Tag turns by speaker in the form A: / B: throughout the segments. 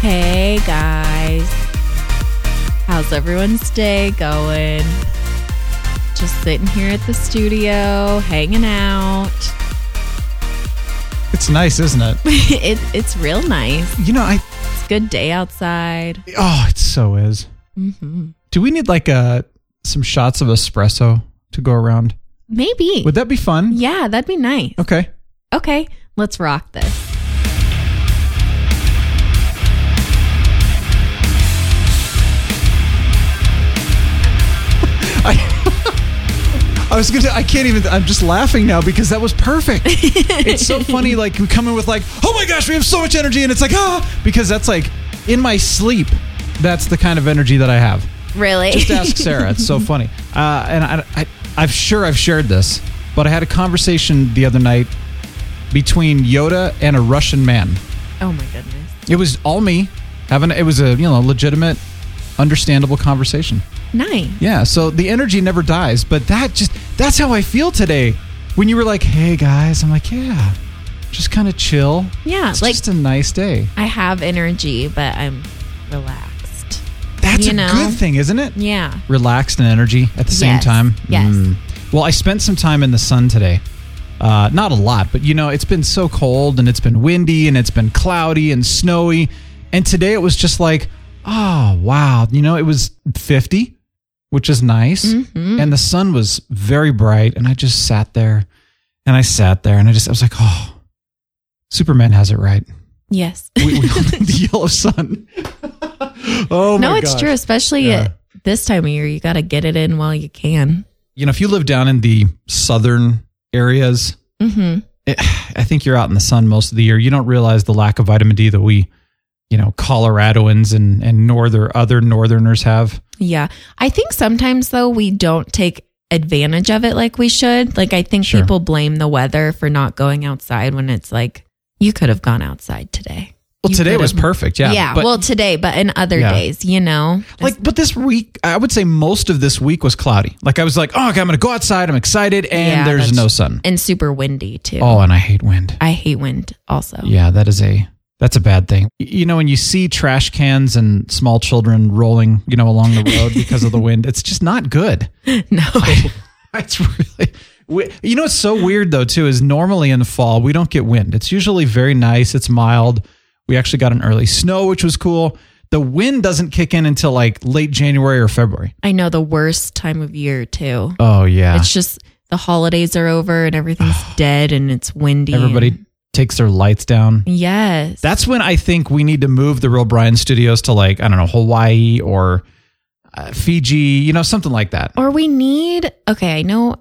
A: Hey guys. How's everyone's day going? Just sitting here at the studio, hanging out.
B: It's nice, isn't it?
A: it, it's real nice.
B: You know, I
A: It's a good day outside.
B: oh, it so is. Do we need like a some shots of espresso to go around?
A: Maybe.
B: Would that be fun?
A: yeah, that'd be nice.
B: Okay.
A: Okay, let's rock this.
B: I was gonna. I can't even. I'm just laughing now because that was perfect. it's so funny. Like we come in with like, oh my gosh, we have so much energy, and it's like ah, because that's like in my sleep. That's the kind of energy that I have.
A: Really?
B: Just uh, ask Sarah. It's so funny. Uh, and I, I, I'm sure I've shared this, but I had a conversation the other night between Yoda and a Russian man.
A: oh my goodness.
B: It was all me having. It was a you know legitimate, understandable conversation.
A: Nice.
B: Yeah. So the energy never dies, but that just that's how I feel today. When you were like, "Hey guys," I'm like, "Yeah, just kind of chill."
A: Yeah,
B: It's
A: like-
B: just a nice day.
A: I have energy, but I'm relaxed.
B: That's
A: you
B: a
A: know?
B: good thing, isn't it?
A: Yeah.
B: relaxed and energy at the same
A: Yes,
B: time. Hmm.
A: yes.
B: Well, I spent some time in the sun today. Uh, not a lot, but you know, it's been so cold and it's been windy and it's been cloudy and snowy. And today it was just like, oh, wow. You know, it was 50, which is nice.
A: Mm-hmm.
B: And the sun was very bright. And I just sat there and I sat there and I just, I was like, oh, Superman has it right.
A: Yes.
B: We, we all need the yellow sun. oh,
A: no,
B: my
A: it's
B: gosh.
A: true, especially
B: Yeah.
A: at this time of year. You got to get it in while you can.
B: you know, if you live down in the southern areas,
A: Mm-hmm.
B: it- I think you're out in the sun most of the year. You don't realize the lack of vitamin D that we, you know, Coloradoans and and northern other northerners have.
A: Yeah. I think sometimes, though, we don't take advantage of it like we should. Like, I think
B: Sure.
A: people blame the weather for not going outside when it's like, you could have gone outside today.
B: Well,
A: You
B: today
A: could
B: was
A: have-
B: perfect. Yeah.
A: yeah.
B: But,
A: well, today, but in other
B: Yeah.
A: days, you know?
B: like, but this week, I would say most of this week was cloudy. Like, I was like, oh, okay, I'm going to go outside. I'm excited, and
A: Yeah,
B: there's
A: that's-
B: no sun.
A: And super windy, too.
B: Oh, and I hate wind.
A: I hate wind also.
B: Yeah, that is a that's a bad thing. Y- You know, when you see trash cans and small children rolling, you know, along the road because of the wind, it's just not good.
A: No.
B: It's really. we- You know what's so weird though too is normally in the fall we don't get wind. It's usually very nice. It's mild. We actually got an early snow, which was cool. The wind doesn't kick in until like late January or February.
A: I know the worst time of year, too.
B: Oh yeah,
A: It's just the holidays are over and everything's dead and it's windy.
B: everybody
A: and-
B: takes their lights down.
A: yes.
B: That's when I think we need to move the Real Brian Studios to like I don't know Hawaii or uh, Fiji, you know something like that.
A: or we need, okay, I know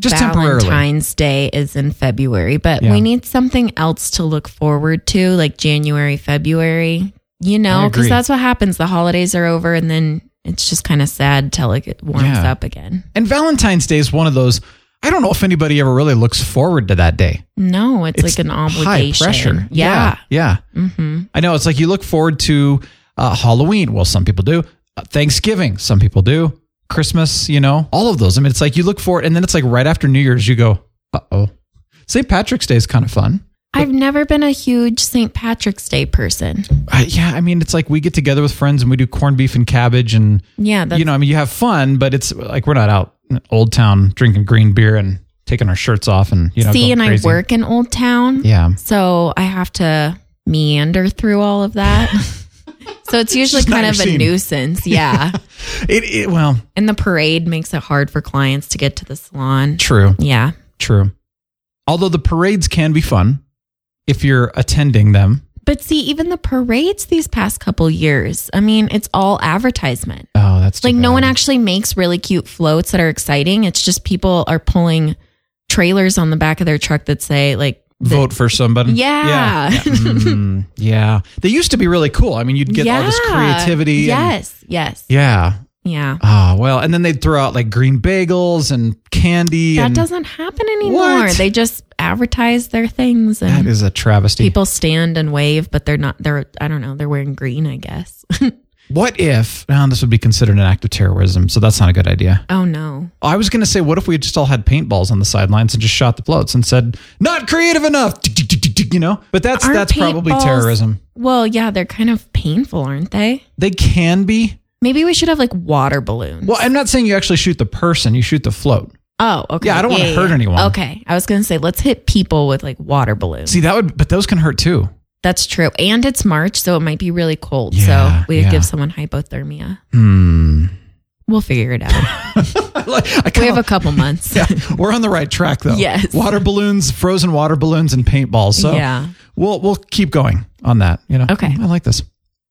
B: Just temporarily.
A: Valentine's Day is in February, but
B: Yeah.
A: we need something else to look forward to, like January, February, you
B: I
A: know,
B: agree.
A: because that's what happens. The holidays are over and then it's just kind of sad till like it warms
B: Yeah.
A: up again.
B: And Valentine's Day is one of those. I don't know if anybody ever really looks forward to that day.
A: No, it's, like an obligation.
B: High pressure.
A: Yeah. Mm-hmm.
B: Yeah. I know. It's like you look forward to uh, Halloween. Well, some people do. Uh, Thanksgiving. Some people do. Christmas, you know, all of those. I mean, it's like you look forward, and then it's like right after New Year's, you go, uh oh. St. Patrick's Day is kind of fun.
A: I've never been a huge St. Patrick's Day person.
B: I, Uh, yeah. I mean, it's like we get together with friends and we do corned beef and cabbage, and,
A: Yeah, that's
B: you know, I mean, you have fun, but it's like we're not out in Old Town drinking green beer and taking our shirts off and, you know,
A: see,
B: going
A: and
B: crazy.
A: I work in Old Town.
B: Yeah.
A: So I have to meander through all of that. so it's usually
B: It's not
A: kind
B: your
A: of a
B: scene.
A: nuisance. Yeah.
B: It, it, well,
A: and the parade makes it hard for clients to get to the salon.
B: true.
A: Yeah.
B: True. Although the parades can be fun if you're attending them.
A: But see, even the parades these past couple years, I mean, it's all advertisement.
B: Oh, that's
A: It's like no one actually makes really cute floats that are exciting. It's just people are pulling trailers on the back of their truck that say like
B: vote for somebody.
A: Yeah.
B: Yeah. Mm, yeah. They used to be really cool. I mean, you'd get all this
A: Yeah.
B: creativity. and-
A: Yes. Yes.
B: yeah.
A: Yeah.
B: Ah, well, and then they'd throw out like green bagels and candy.
A: That
B: and
A: doesn't happen anymore.
B: What?
A: They just advertise their things
B: That
A: and
B: is a travesty.
A: people stand and wave, but they're not, they're, I don't know, they're wearing green, I guess.
B: what if? Now, this would be considered an act of terrorism, so that's not a good idea.
A: oh no.
B: I was going to say, what if we just all had paintballs on the sidelines and just shot the floats and said, "Not creative enough," you know? But that's
A: Aren't
B: that's probably
A: paintballs-
B: terrorism.
A: Well, yeah, they're kind of painful, aren't they?
B: They can be.
A: Maybe we should have like water balloons.
B: Well, I'm not saying you actually shoot the person; you shoot the float.
A: oh, okay.
B: Yeah, I don't wanna hurt anyone.
A: Okay. I was going to say, let's hit people with like water balloons.
B: See, that would, but those can hurt too.
A: That's true. And it's March, so it might be really cold.
B: Yeah,
A: so we
B: yeah.
A: could give someone hypothermia.
B: Hmm.
A: We'll figure it out.
B: Like, I
A: we
B: kinda-
A: have a couple months.
B: yeah, we're on the right track though.
A: Yes.
B: Water balloons, frozen water balloons, and paintballs. So
A: Yeah.
B: we'll we'll keep going on that. You know.
A: Okay.
B: I like this.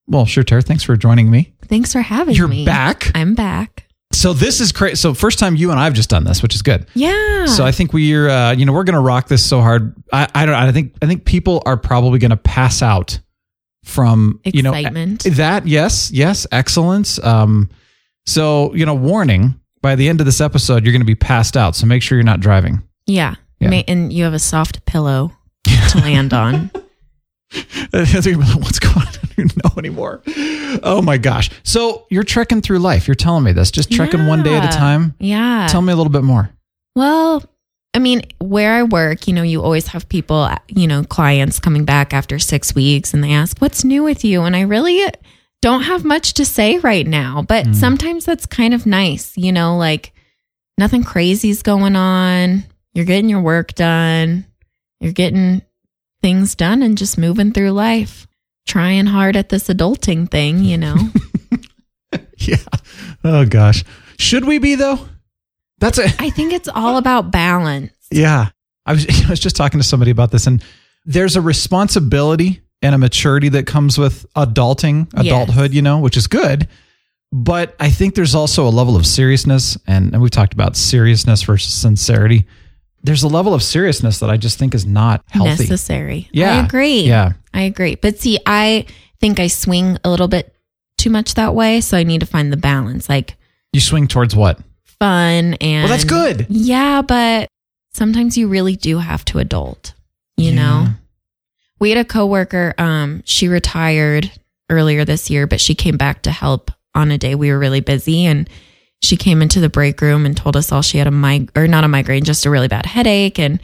B: Well, sure, Tara. Thanks for joining me.
A: Thanks for having
B: You're
A: me.
B: back.
A: I'm back.
B: So this is crazy. So first time you and I have just done this, which is good.
A: Yeah.
B: So I think we're uh, you know we're gonna rock this so hard. I, I don't. I think I think people are probably gonna pass out from
A: Excitement.
B: you know that yes yes excellence. Um, so you know warning by the end of this episode you're gonna be passed out. So make sure you're not driving.
A: yeah.
B: Yeah.
A: Ma- and you have a soft pillow to land on.
B: What's going on? I don't even know anymore. Oh my gosh. So you're trekking through life. You're telling me this. Just trekking one day at
A: Yeah.
B: a time.
A: Yeah.
B: Tell me a little bit more.
A: Well, I mean, where I work, you know, you always have people, you know, clients coming back after six weeks and they ask, what's new with you? And I really don't have much to say right now, but sometimes that's kind of nice, you know, like nothing crazy's going on. You're getting your work done, you're getting things done and just moving through life, trying hard at this adulting thing, you know.
B: Yeah. Oh gosh. Should we be though? That's a
A: I think it's all about balance.
B: yeah. I was I was just talking to somebody about this, and there's a responsibility and a maturity that comes with adulting,
A: Yes.
B: adulthood. You know, which is good. But I think there's also a level of seriousness, and, and we've talked about seriousness versus sincerity. There's a level of seriousness that I just think is not healthy.
A: necessary.
B: Yeah.
A: I agree.
B: Yeah.
A: I agree. But see, I think I swing a little bit too much that way, so I need to find the balance, like
B: you swing towards what?
A: fun and
B: Well, that's good.
A: Yeah, but sometimes you really do have to adult, you
B: Yeah.
A: know. We had a coworker, um, she retired earlier this year, but she came back to help on a day we were really busy and she came into the break room and told us all she had a mig or not a migraine, just a really bad headache. And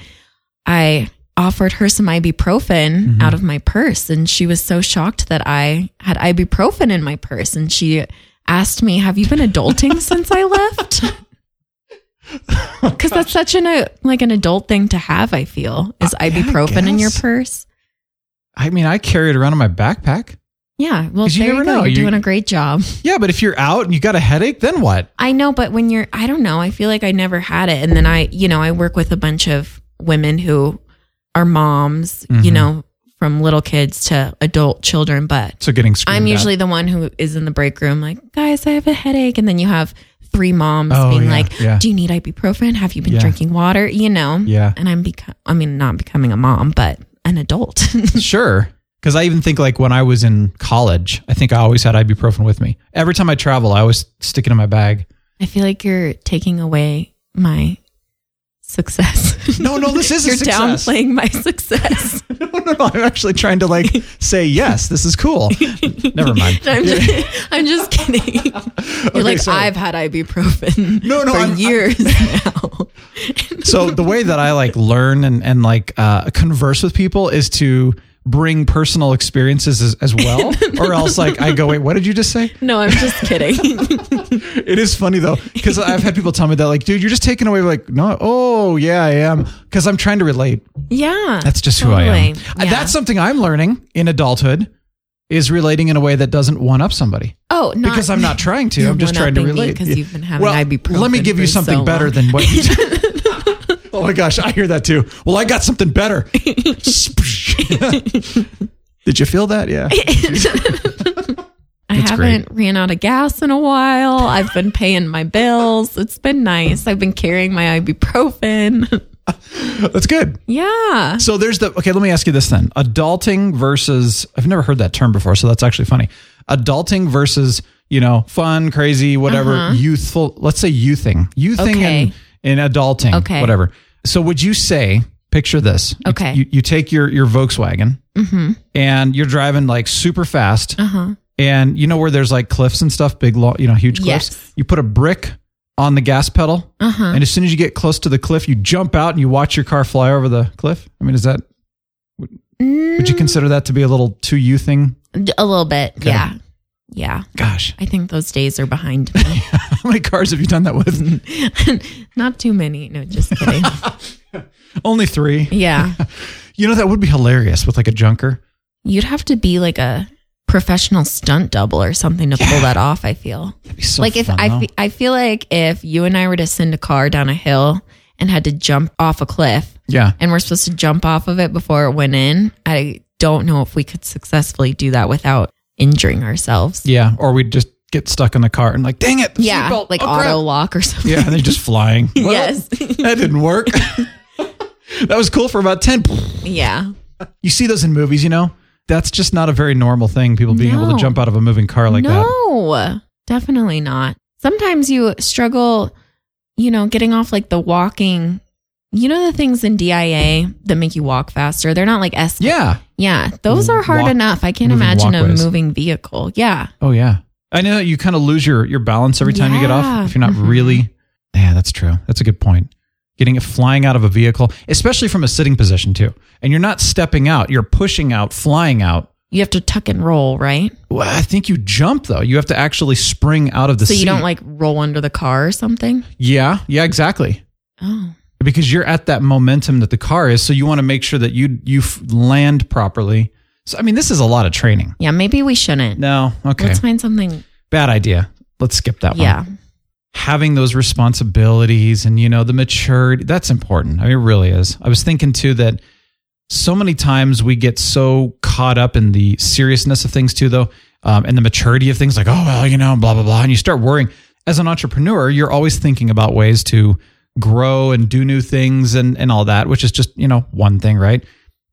A: I offered her some ibuprofen
B: Mm-hmm.
A: out of my purse and she was so shocked that I had ibuprofen in my purse and she asked me, "Have you been adulting since I left?"
B: Oh
A: Cuz that's such an uh, like an adult thing to have, I feel. Is
B: Uh, yeah, I
A: ibuprofen in your
B: guess.
A: purse?
B: I mean, I carry it around in my backpack.
A: Yeah, well,
B: 'Cause you
A: there you
B: never
A: go.
B: know.
A: You're
B: You-
A: doing a great job.
B: Yeah, but if you're out and you got a headache, then what?
A: I know, but when you're, I don't know. I feel like I never had it. And then I, you know, I work with a bunch of women who are moms, you
B: Mhm.
A: know, from little kids to adult children. But
B: So getting screamed
A: I'm
B: at.
A: usually the one who is in the break room, like, guys, I have a headache. And then you have three moms
B: Oh,
A: being
B: yeah,
A: like,
B: yeah.
A: do you need ibuprofen? Have you been
B: Yeah.
A: drinking water? You know?
B: Yeah.
A: And I'm become, I mean, not becoming a mom, but an adult.
B: Sure. Because I even think like when I was in college, I think I always had ibuprofen with me. Every time I travel, I always stick it in my bag.
A: I feel like you're taking away my success.
B: No, no, this is a
A: you're
B: success.
A: downplaying my success.
B: no, no, no. I'm actually trying to like say, yes, this is cool. Never mind.
A: I'm just, I'm just kidding. You're like,
B: so-
A: I've had ibuprofen
B: No, no,
A: for
B: I'm- I-
A: years now.
B: So the way that I like learn and, and like uh, converse with people is to bring personal experiences as, as well. or else like I go, wait, what did you just say?
A: No, I'm just kidding.
B: It is funny though, because I've had people tell me that like, dude, you're just taking away like, no, oh yeah, I am. Because I'm trying to relate.
A: yeah.
B: That's just who I am.
A: Uh, totally.
B: Uh,
A: Yeah.
B: That's something I'm learning in adulthood is relating in a way that doesn't one up somebody
A: Oh, not,
B: because I'm not trying to.
A: You're
B: I'm just trying to
A: one-upping me
B: relate
A: 'cause you've been having
B: well,
A: ibuprofen
B: Let me give you
A: for so
B: something better
A: long.
B: than what you. oh my gosh, I hear that too. Well, I got something better. Did you feel that? Yeah.
A: I
B: That's
A: haven't ran out of gas in a while. I've been paying my bills. It's been nice. I've been carrying my ibuprofen.
B: That's good.
A: Yeah.
B: So there's the okay. Let me ask you this then: adulting versus I've never heard that term before, so that's actually funny. Adulting versus you know fun, crazy, whatever, youthful. Let's say youthing, youthing,
A: Uh-huh. Okay.
B: and, and adulting,
A: Okay.
B: whatever. So would you say? Picture this. You-
A: Okay. Mm-hmm.
B: You, you take your your Volkswagen and you're driving like super fast, and you know where there's like cliffs and stuff, big, lo- you know, huge cliffs.
A: Yes. Uh-huh.
B: You put a brick on the gas pedal, and as soon as you get close to the cliff, you jump out and you watch your car fly over the cliff. I mean, is that would
A: Mm.
B: you consider that to be a little too you thing?
A: A little bit. Yeah. Yeah.
B: Gosh,
A: I think those days are behind me.
B: how many cars have you done that with?
A: Not too many. No, just kidding.
B: Only three.
A: yeah.
B: You know that would be hilarious with like a junker.
A: You'd have to be like a professional stunt double or something to pull that off, I feel.
B: That'd be so
A: like if
B: fun,
A: I
B: though.
A: fe- I feel like if you and I were to send a car down a hill and had to jump off a cliff
B: yeah,
A: and we're supposed to jump off of it before it went in, I don't know if we could successfully do that without injuring ourselves.
B: yeah, or we'd just get stuck in the car and like, dang it, the
A: Yeah,
B: seatbelt.
A: like
B: Oh, crap.
A: auto lock or something.
B: Yeah, and then just flying. Well,
A: Yes.
B: that didn't work. that was cool for about ten.
A: Yeah.
B: You see those in movies, you know. That's just not a very normal thing. People being able
A: No.
B: to jump out of a moving car like that.
A: no, definitely not. Sometimes you struggle, you know, getting off like the walking. You know the things in DIA that make you walk faster. They're not like S.
B: Yeah.
A: yeah, those are hard
B: Walk-
A: enough. I can't
B: moving
A: imagine
B: walkways.
A: a moving vehicle. Yeah,
B: Oh yeah. I know that you kind of lose your your balance every time you get
A: Yeah.
B: off if you're not
A: Mhm.
B: really. Yeah, that's true. That's a good point. Getting it flying out of a vehicle, especially from a sitting position too, and you're not stepping out. You're pushing out, flying out.
A: you have to tuck and roll, right?
B: Well, I think you jump though. You have to actually spring out of the
A: so
B: seat.
A: you don't like roll under the car or something.
B: Yeah. Yeah. Exactly.
A: Oh,
B: because you're at that momentum that the car is so you want to make sure that you you f- land properly so i mean this is a lot of training
A: yeah, maybe we shouldn't.
B: no okay
A: Let's find something.
B: bad idea let's skip that one
A: Yeah,
B: having those responsibilities and you know the maturity that's important i mean it really is i was thinking too that so many times we get so caught up in the seriousness of things too though um, and the maturity of things like oh well you know blah blah blah and you start worrying as an entrepreneur you're always thinking about ways to grow and do new things and and all that which is just you know one thing right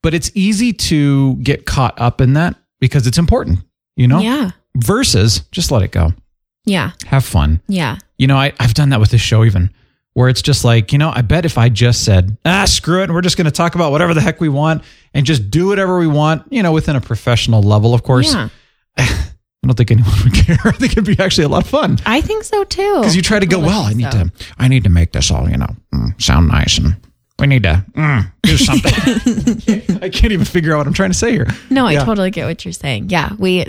B: but it's easy to get caught up in that because it's important you know
A: yeah,
B: versus just let it go
A: yeah,
B: have fun
A: yeah.
B: you know, I, I've done that with this show even, where it's just like, you know, I bet if I just said, ah, screw it, and we're just going to talk about whatever the heck we want and just do whatever we want, you know, within a professional level, of course.
A: Yeah.
B: I don't think anyone would care. I think it'd be actually a lot of fun
A: I think so too.
B: because you try to go, well, I need to, I need to make this all, you know, mm, sound nice and. We need to mm, do something. I can't even figure out what I'm trying to say here.
A: No, I
B: Yeah.
A: totally get what you're saying. Yeah, we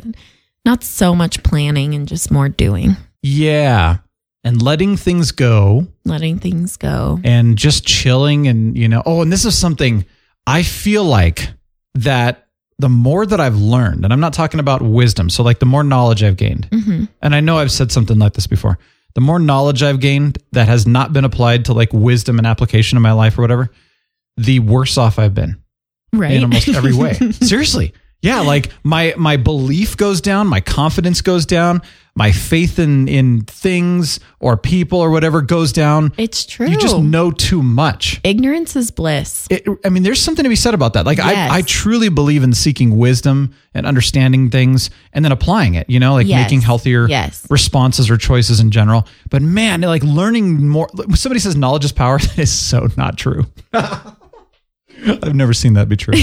A: not so much planning and just more doing,
B: Yeah. And letting things go
A: letting things go.
B: and just chilling and you know oh and this is something i feel like that the more that i've learned and i'm not talking about wisdom so like the more knowledge i've gained and i know i've said something like this before the more knowledge i've gained that has not been applied to like wisdom and application in my life or whatever the worse off i've been
A: Right.
B: in almost every way. Seriously. Yeah, like my my belief goes down, my confidence goes down, my faith in in things or people or whatever goes down.
A: It's true.
B: You just know too much.
A: Ignorance is bliss.
B: It, I mean, there's something to be said about that. Like,
A: Yes.
B: I, I truly believe in seeking wisdom and understanding things and then applying it, you know, like
A: Yes.
B: making healthier
A: Yes.
B: responses or choices in general. But man, like learning more, when somebody says knowledge is power, that is so not true. I've never seen that be true.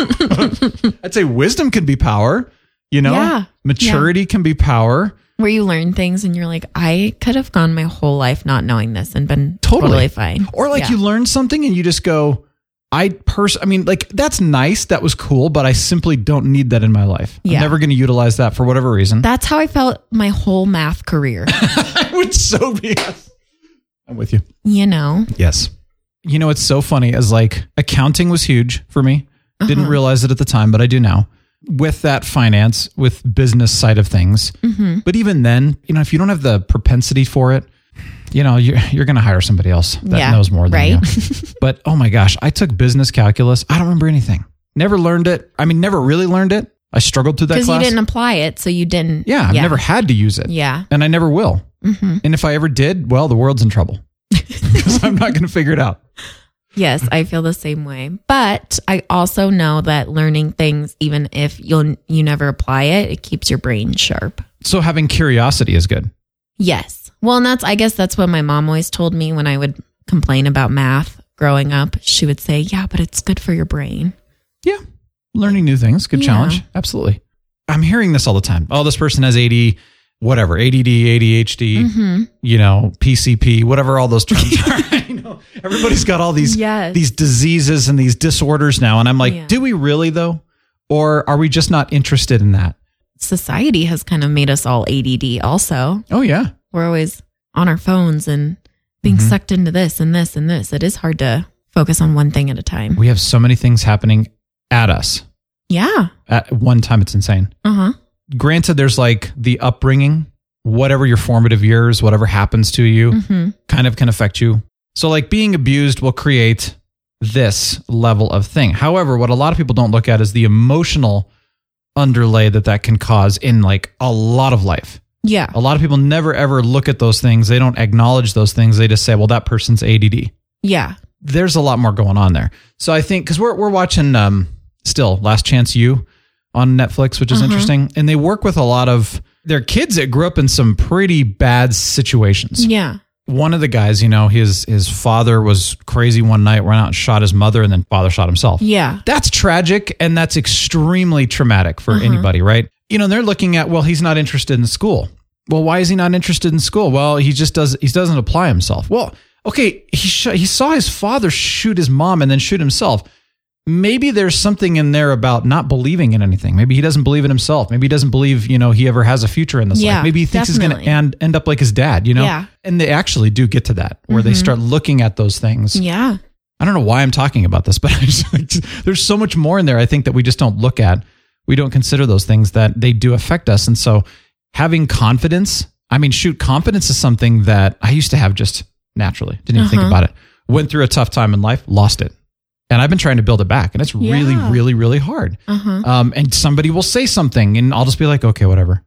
B: I'd say wisdom can be power, you know,
A: Yeah.
B: maturity can be power.
A: Where you learn things and you're like, I could have gone my whole life not knowing this and been
B: Totally.
A: totally, fine.
B: Or like
A: Yeah.
B: you learn something and you just go, I pers I mean, like that's nice, that was cool, but I simply don't need that in my life.
A: Yeah.
B: I'm never gonna utilize that for whatever reason.
A: That's how I felt my whole math career.
B: That would so be I'm with you.
A: you know?
B: Yes. You know, it's so funny as like accounting was huge for me.
A: Uh-huh.
B: Didn't realize it at the time, but I do now. With that finance, with business side of things.
A: Mm-hmm.
B: But even then, you know, if you don't have the propensity for it, you know, you're, you're going to hire somebody else that
A: Yeah,
B: knows more than
A: right?
B: you. But oh my gosh, I took business calculus. I don't remember anything. Never learned it. I mean, never really learned it. I struggled through that
A: Because you
B: class.
A: didn't apply it, so you didn't.
B: yeah, I've never had to use it
A: Yeah. Mm-hmm.
B: and I never will. And if I ever did, well, the world's in trouble because I'm not going to figure it out.
A: Yes, I feel the same way. But I also know that learning things, even if you'll you never apply it, it keeps your brain sharp.
B: So having curiosity is good.
A: Yes. Well, and that's I guess that's what my mom always told me when I would complain about math growing up. She would say, "Yeah, but it's good for your brain."
B: Yeah. Learning new things, good
A: Yeah.
B: challenge. Absolutely. I'm hearing this all the time. Oh, this person has AD, whatever, ADD, ADHD, you know, PCP, whatever all those terms are. I know everybody's got all these
A: Yes.
B: these diseases and these disorders now and I'm like,
A: Yeah.
B: do we really though? Or are we just not interested in that?
A: Society has kind of made us all ADD also.
B: Oh yeah.
A: We're always on our phones and being sucked into this and this and this. It is hard to focus on one thing at a time.
B: We have so many things happening at us.
A: Yeah.
B: At one time it's insane.
A: Uh-huh.
B: granted there's like the upbringing whatever your formative years whatever happens to you
A: Mm-hmm.
B: kind of can affect you so like being abused will create this level of thing however what a lot of people don't look at is the emotional underlay that that can cause in like a lot of life
A: Yeah.
B: a lot of people never ever look at those things they don't acknowledge those things they just say well that person's add
A: Yeah.
B: there's a lot more going on there. So I think because we're we're watching um still Last Chance You on Netflix, which is interesting, and they work with a lot of their kids that grew up in some pretty bad situations.
A: Yeah.
B: One of the guys, you know, his his father was crazy one night, went out and shot his mother, and then father shot himself.
A: Yeah. Uh-huh.
B: That's tragic and that's extremely traumatic for anybody, right? You know, they're looking at, well, he's not interested in school. Well, why is he not interested in school? Well, he just does he doesn't apply himself. Well, okay, he sh- he saw his father shoot his mom and then shoot himself. Maybe there's something in there about not believing in anything. Maybe he doesn't believe in himself. Maybe he doesn't believe, you know, he ever has a future in this
A: Yeah,
B: life. Maybe he thinks he's
A: definitely.
B: going to end, end up like his dad, you know?
A: Yeah. Mm-hmm.
B: And they actually do get to that where they start looking at those things.
A: Yeah.
B: I don't know why I'm talking about this, but I just, I just- there's so much more in there. I think that we just don't look at. We don't consider those things that they do affect us. And so having confidence, I mean, shoot, confidence is something that I used to have just naturally. Didn't even
A: Uh-huh.
B: think about it. Went through a tough time in life, lost it. And I've been trying to build it back. And it's really,
A: Yeah.
B: really, really hard.
A: Uh-huh.
B: Um, and somebody will say something and I'll just be like, okay, whatever.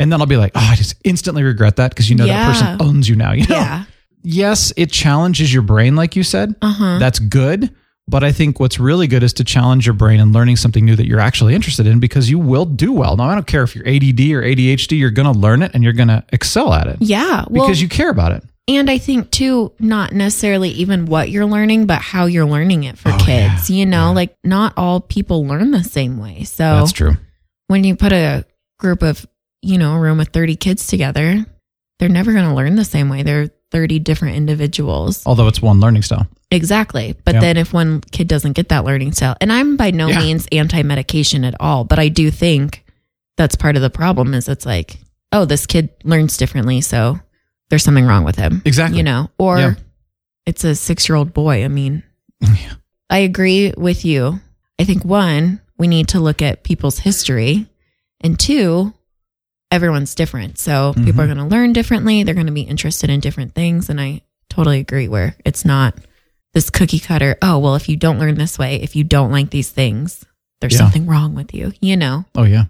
B: And then I'll be like, oh, I just instantly regret that because you know
A: Yeah.
B: that person owns you now. You know?
A: Yeah.
B: Yes, it challenges your brain, like you said
A: Uh-huh.
B: that's good. But I think what's really good is to challenge your brain and learning something new that you're actually interested in because you will do well. Now, I don't care if you're ADD or ADHD, you're going to learn it and you're going to excel at it
A: Yeah. Well,
B: because you care about it.
A: And I think too, not necessarily even what you're learning, but how you're learning it for
B: Oh,
A: kids. You know, like not all people learn the same way. So
B: That's true.
A: when you put a group of, you know, a room with 30 kids together, they're never going to learn the same way. They're 30 different individuals.
B: Although it's one learning style.
A: Exactly. But
B: Yeah.
A: then if one kid doesn't get that learning style, and I'm by no
B: Yeah.
A: means anti medication at all, but I do think that's part of the problem is it's like, oh, this kid learns differently. So there's something wrong with him.
B: Exactly.
A: You know, or
B: Yeah.
A: it's a six year old boy. I mean, I agree with you. I think one, we need to look at people's history, and two, everyone's different. So people
B: Mm-hmm.
A: are going to learn differently. They're going to be interested in different things. And I totally agree where it's not this cookie cutter. Oh, well, if you don't learn this way, if you don't like these things, there's
B: Yeah.
A: something wrong with you, you know?
B: Oh, yeah.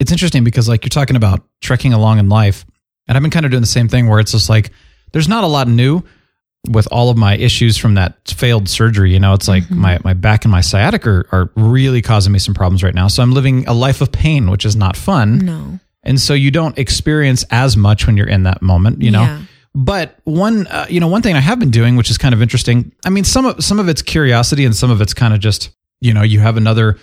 B: It's interesting because, like, you're talking about trekking along in life. And I've been kind of doing the same thing where it's just like, there's not a lot new with all of my issues from that failed surgery. You know, it's like my, my back and my sciatic are, are really causing me some problems right now. So I'm living a life of pain, which is not fun.
A: No.
B: and so you don't experience as much when you're in that moment you know
A: Yeah.
B: but one uh, you know one thing i have been doing which is kind of interesting i mean some of some of it's curiosity and some of it's kind of just you know you have another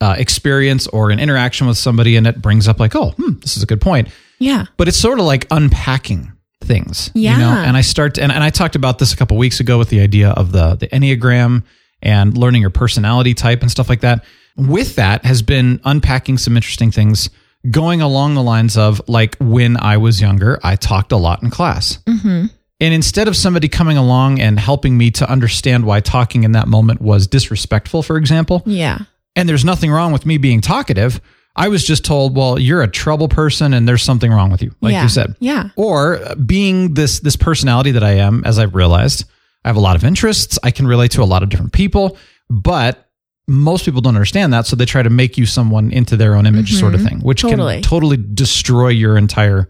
B: uh, experience or an interaction with somebody and it brings up like oh hmm, this is a good point
A: Yeah.
B: but it's sort of like unpacking things you
A: Yeah.
B: know and i start and, and i talked about this a couple weeks ago with the idea of the the enneagram and learning your personality type and stuff like that with that has been unpacking some interesting things going along the lines of like when i was younger i talked a lot in class and instead of somebody coming along and helping me to understand why talking in that moment was disrespectful for example
A: Yeah.
B: and there's nothing wrong with me being talkative. I was just told, well, you're a trouble person and there's something wrong with you, like
A: yeah.
B: you said.
A: Yeah.
B: Or uh, being this this personality that I am, as I've realized, I have a lot of interests. I can relate to a lot of different people, but most people don't understand that, so they try to make you someone into their own image, sort of thing, which
A: Mm-hmm. Totally.
B: can totally destroy your entire,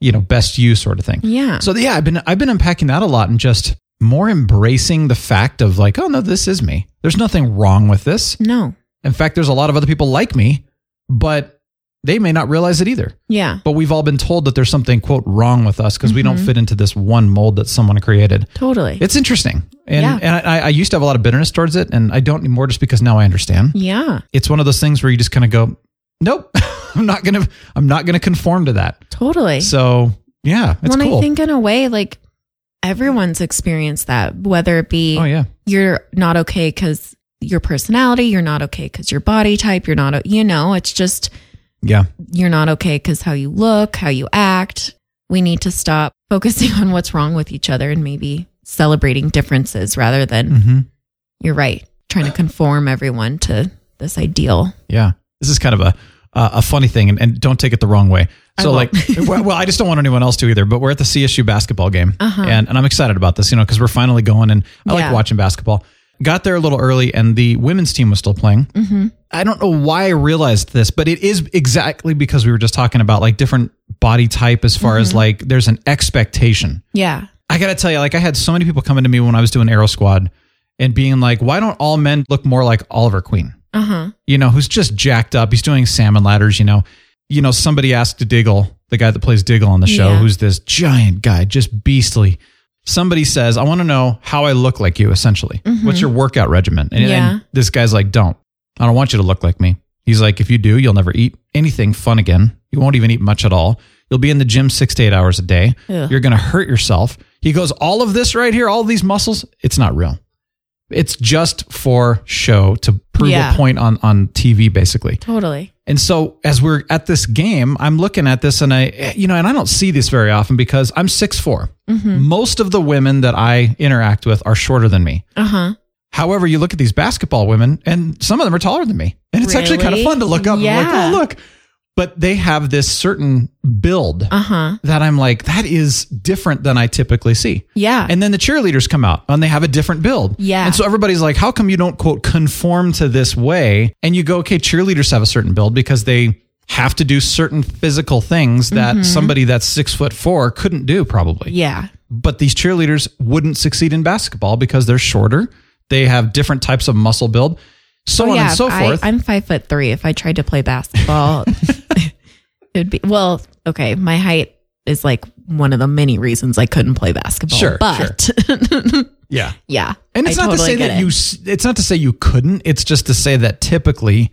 B: you know, best you, sort of thing.
A: Yeah.
B: So yeah, I've been I've been unpacking that a lot and just more embracing the fact of like, oh no, this is me. There's nothing wrong with this.
A: No.
B: In fact, there's a lot of other people like me, but they may not realize it either.
A: Yeah.
B: But we've all been told that there's something quote wrong with us because we
A: Mm-hmm.
B: don't fit into this one mold that someone created.
A: Totally.
B: It's interesting, and
A: Yeah.
B: and I, I used to have a lot of bitterness towards it, and I don't anymore just because now I understand.
A: yeah.
B: It's one of those things where you just kind of go, nope, I'm not gonna I'm not gonna conform to that.
A: Totally.
B: So yeah, it's
A: well, and
B: cool.
A: I think in a way, like everyone's experienced that, whether it be
B: oh yeah,
A: you're not okay because your personality, you're not okay because your body type, you're not, o- you know, it's just
B: yeah.
A: you're not okay because how you look, how you act. We need to stop focusing on what's wrong with each other and maybe celebrating differences rather than,
B: Mm-hmm.
A: you're right, trying to conform everyone to this ideal.
B: Yeah, this is kind of a uh, a funny thing, and, and don't take it the wrong way.
A: I
B: So like,
A: won't.
B: well, well, I just don't want anyone else to either. But we're at the CSU basketball game,
A: Uh-huh.
B: and and I'm excited about this, you know, because we're finally going, and I
A: Yeah.
B: like watching basketball. Got there a little early, and the women's team was still playing.
A: Mm-hmm.
B: I don't know why I realized this, but it is exactly because we were just talking about like different body type as far
A: Mm-hmm.
B: as like there's an expectation.
A: Yeah.
B: I gotta tell you, like I had so many people coming to me when I was doing Aero Squad and being like, why don't all men look more like Oliver Queen?
A: Uh huh.
B: you know, who's just jacked up. He's doing salmon ladders, you know. You know, somebody asked Diggle, the guy that plays Diggle on the show,
A: Yeah.
B: who's this giant guy, just beastly. Somebody says, I want to know how I look like you, essentially. What's your workout regimen? And, and
A: Mm-hmm. Yeah.
B: this guy's like, Don't. I don't want you to look like me. He's like, If you do, you'll never eat anything fun again. You won't even eat much at all. You'll be in the gym six to eight hours a day.
A: Ugh.
B: You're going to hurt yourself. He goes, All of this right here, all these muscles, it's not real. It's just for show to prove
A: Yeah.
B: a point on on TV basically.
A: Totally.
B: And so as we're at this game, I'm looking at this and I you know, and I don't see this very often because I'm 6'4".
A: Mm-hmm.
B: Most of the women that I interact with are shorter than me.
A: Uh huh.
B: However, you look at these basketball women and some of them are taller than me. And it's actually kind of
A: Really?
B: fun to look up and be
A: Yeah.
B: like, "Oh, look." But they have this certain build
A: Uh huh.
B: that I'm like, that is different than I typically see.
A: Yeah.
B: And then the cheerleaders come out and they have a different build.
A: Yeah.
B: And so everybody's like, how come you don't quote conform to this way? And you go, okay, cheerleaders have a certain build because they have to do certain physical things that somebody that's six foot four couldn't do probably.
A: Mm-hmm. yeah.
B: But these cheerleaders wouldn't succeed in basketball because they're shorter. They have different types of muscle build, so on and so
A: if Oh, I,
B: forth.
A: I'm five foot three. If I tried to play basketball, it'd be well, okay. My height is like one of the many reasons I couldn't play basketball.
B: Sure,
A: but
B: yeah.
A: yeah,
B: And it's
A: I
B: not
A: totally
B: to say
A: get
B: that
A: it.
B: you s- it's not to say you couldn't, it's just to say that typically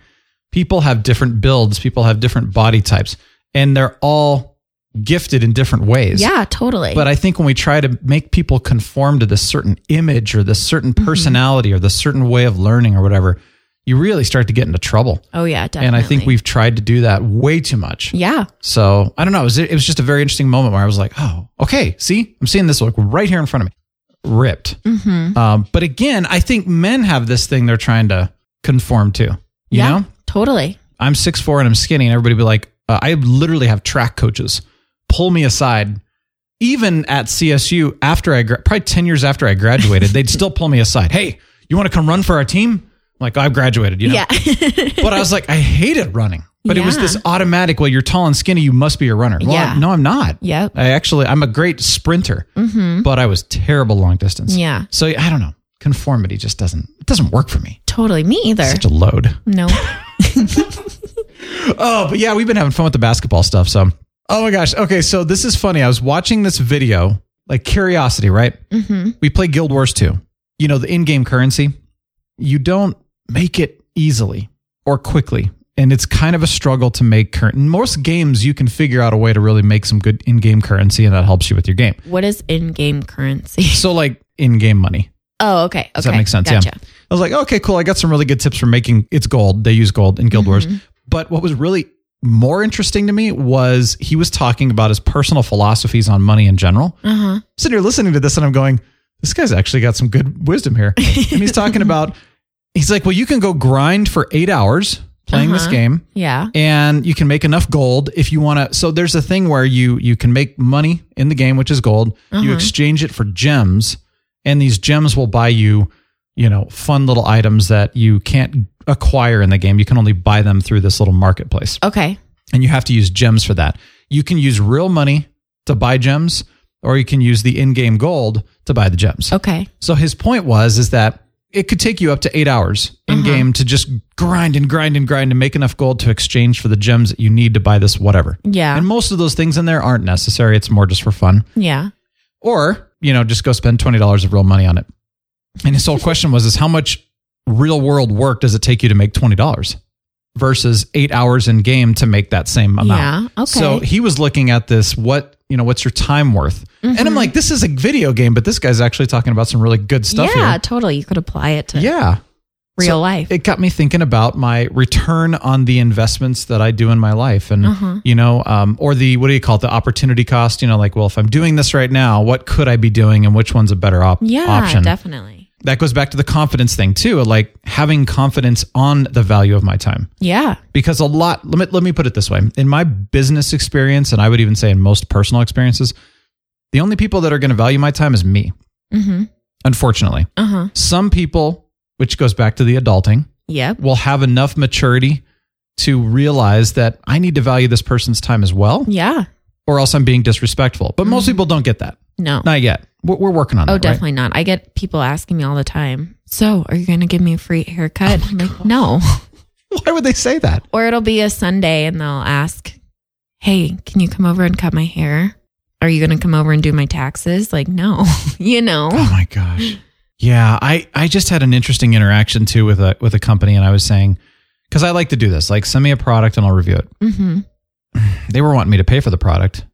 B: people have different builds, people have different body types, and they're all gifted in different ways.
A: Yeah, totally.
B: But I think when we try to make people conform to this certain image or this certain
A: Mm-hmm.
B: personality or this certain way of learning or whatever, you really start to get into trouble.
A: oh yeah, definitely.
B: And I think we've tried to do that way too much.
A: yeah,
B: So I don't know. It was, it was just a very interesting moment where I was like, oh, okay. See, I'm seeing this like right here in front of me, ripped. Um, but again, I think men have this thing they're trying to conform to. You
A: yeah,
B: know,
A: totally.
B: I'm six four and I'm skinny, and everybody be like, uh, I literally have track coaches pull me aside. Even at CSU, after I gra- probably ten years after I graduated, they'd still pull me aside. Hey, you want to come run for our team? I'm like I've graduated, you know
A: Yeah,
B: but I was like, I hated running. But it was
A: Yeah.
B: this automatic, well, you're tall and skinny, you must be a runner. Well,
A: Yeah.
B: no, I'm not.
A: Yep. Mm-hmm.
B: I actually, I'm a great sprinter, but I was terrible long distance.
A: Yeah.
B: So I don't know. Conformity just doesn't, it doesn't work for me.
A: totally. Me either.
B: Such a load.
A: no,
B: Oh, but yeah, we've been having fun with the basketball stuff. So, oh my gosh. Okay. So this is funny. I was watching this video, like curiosity, right? Mm-hmm. We play Guild Wars 2. You know, the in game currency, you don't make it easily or quickly. And it's kind of a struggle to make current. In most games, you can figure out a way to really make some good in game currency, and that helps you with your game.
A: what is in-game currency?
B: So, like in game money.
A: Oh, okay. okay.
B: Does that make sense?
A: Gotcha.
B: Yeah. I was like, okay, cool. I got some really good tips for making it's gold. They use gold in Guild Wars. But what was really more interesting to me was he was talking about his personal philosophies on money in general. Uh-huh. Sitting here listening to this and I'm going, this guy's actually got some good wisdom here. and he's talking about, he's like, well, you can go grind for eight hours playing this game
A: Yeah.
B: and you can make enough gold if you want to so there's a thing where you you can make money in the game which is gold you exchange it for gems and these gems will buy you you know fun little items that you can't acquire in the game you can only buy them through this little marketplace
A: Okay.
B: and you have to use gems for that you can use real money to buy gems or you can use the in-game gold to buy the gems.
A: Okay.
B: So his point was is that it could take you up to eight hours in game to just grind and grind and grind and make enough gold to exchange for the gems that you need to buy this whatever.
A: Yeah.
B: And most of those things in there aren't necessary. It's more just for fun.
A: Yeah.
B: Or, you know, just go spend twenty dollars of real money on it. And his whole question was is how much real world work does it take you to make twenty dollars versus eight hours in game to make that same amount.
A: Yeah, okay.
B: So he was looking at this, what you know, what's your time worth? And I'm
A: Mm-hmm.
B: like, this is a video game, but this guy's actually talking about some really good stuff
A: yeah,
B: here.
A: totally. You could apply it to
B: Yeah.
A: real
B: So
A: life.
B: It got me thinking about my return on the investments that I do in my life. And, you know, um, or the, what do you call it? The opportunity cost, you know, like, well, if I'm doing this right now, what could I be doing and which one's a better op-
A: yeah,
B: option?
A: definitely.
B: That goes back to the confidence thing too, like having confidence on the value of my time.
A: Yeah.
B: Because a lot, let me, let me put it this way in my business experience, and I would even say in most personal experiences, the only people that are going to value my time is me,
A: Mm-hmm.
B: unfortunately.
A: Uh huh.
B: Some people, which goes back to the adulting,
A: Yep.
B: will have enough maturity to realize that I need to value this person's time as well,
A: Yeah.
B: or else I'm being disrespectful. But most people don't get that.
A: No.
B: Not yet. We're, we're working on that.
A: oh,
B: right?
A: definitely not. I get people asking me all the time. So, are you going to give me a free haircut?
B: Oh
A: I'm like, no.
B: Why would they say that?
A: Or it'll be a Sunday and they'll ask, Hey, can you come over and cut my hair? Are you going to come over and do my taxes? Like, no, you know?
B: Oh my gosh. Yeah, I I just had an interesting interaction too with a with a company, and I was saying because I like to do this, like send me a product and I'll review it.
A: hmm
B: They were wanting me to pay for the product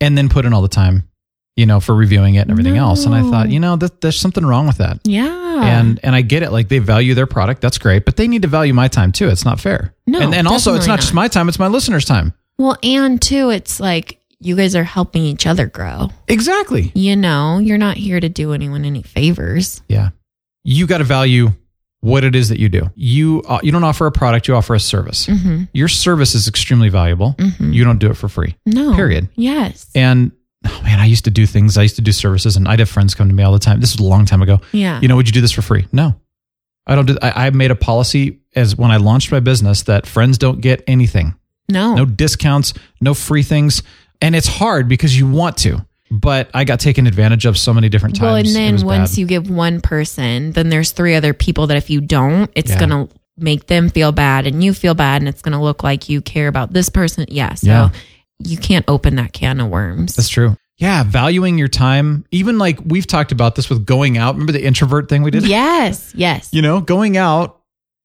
B: and then put in all the time, you know, for reviewing it and everything else. And I
A: No.
B: thought, you know, that there's something wrong with that.
A: Yeah.
B: and and I get it. Like they value their product. That's great, but they need to value my time too. It's not fair.
A: No,
B: and and also it's
A: definitely
B: not, just
A: not.
B: my time; it's my listeners' time.
A: well, and too, it's like you guys are helping each other grow.
B: Exactly.
A: You know, you're not here to do anyone any favors.
B: Yeah, you got to value what it is that you do. You uh, you don't offer a product; you offer a service.
A: Mm-hmm.
B: Your service is extremely valuable.
A: Mhm.
B: You don't do it for free.
A: No.
B: Period.
A: Yes.
B: And oh man, I used to do things. I used to do services, and I'd have friends come to me all the time. This was a long time ago.
A: Yeah.
B: You know, would you do this for free? No, I don't. Do, I, I made a policy as when I launched my business that friends don't get anything.
A: no.
B: no discounts, no free things. And it's hard because you want to, but I got taken advantage of so many different times.
A: Well, and
B: It
A: then
B: was
A: once
B: bad.
A: you give one person, then there's three other people that if you don't, it's
B: Yeah.
A: gonna make them feel bad and you feel bad, and it's gonna look like you care about this person. Yeah, so
B: Yeah.
A: you can't open that can of worms.
B: That's true. Yeah. Valuing your time, even like we've talked about this with going out. Remember the introvert thing we did?
A: yes, yes,
B: You know, going out,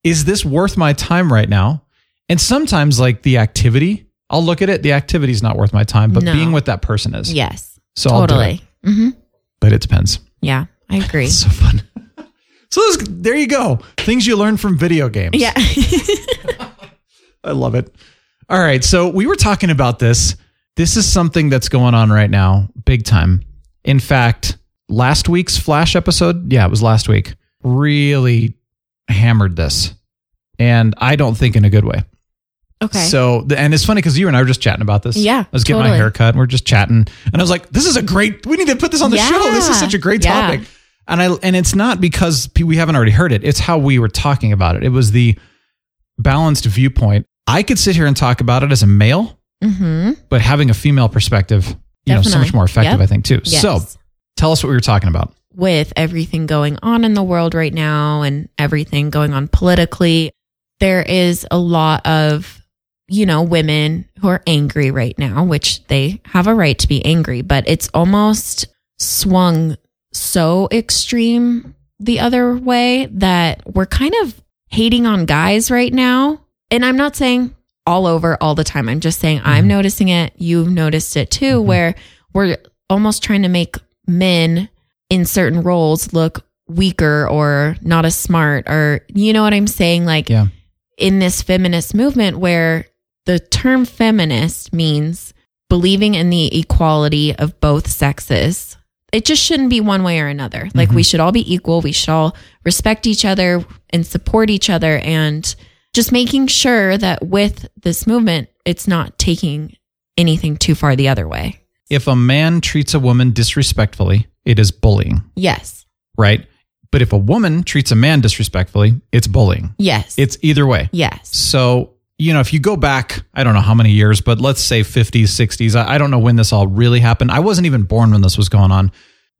B: is this worth my time right now? And sometimes, like the activity, I'll look at it, the activity's not worth my time, but
A: No.
B: being with that person is.
A: yes,
B: So I'll do it.
A: totally. hmm
B: But it depends.
A: Yeah, I agree.
B: It's so fun. So this, there you go. Things you learn from video games.
A: yeah,
B: I love it. All right. So we were talking about this. This is something that's going on right now, big time. In fact, last week's Flash episode, yeah, it was last week, really hammered this. And I don't think in a good way.
A: okay.
B: So, the- and it's funny because you and I were just chatting about this.
A: Yeah,
B: I was getting my
A: totally.
B: haircut and we're just chatting. And I was like, this is a great, we need to put this on the
A: Yeah.
B: show. This is such a great
A: Yeah.
B: topic. And I, and it's not because pe- we haven't already heard it. It's how we were talking about it. It was the balanced viewpoint. I could sit here and talk about it as a male,
A: mm-hmm.
B: but having a female perspective, you know, so
A: Definitely.
B: much more effective,
A: Yep.
B: I think too.
A: Yes.
B: So tell us what we were talking about.
A: with everything going on in the world right now and everything going on politically, there is a lot of, you know, women who are angry right now, which they have a right to be angry, but it's almost swung so extreme the other way that we're kind of hating on guys right now. And I'm not saying all over all the time. I'm just saying I'm noticing it. You've noticed it too, where we're almost trying to make men in certain roles look weaker or not as smart or you know what I'm saying like
B: Yeah.
A: in this feminist movement where the term feminist means believing in the equality of both sexes. It just shouldn't be one way or another. Like we should all be equal, we should all respect each other and support each other and just making sure that with this movement it's not taking anything too far the other way.
B: If a man treats a woman disrespectfully, it is bullying,
A: Yes.
B: right? But if a woman treats a man disrespectfully, it's bullying.
A: Yes.
B: It's either way.
A: yes.
B: So you know, if you go back, I don't know how many years, but let's say 50s, 60s, I, I don't know when this all really happened. I wasn't even born when this was going on,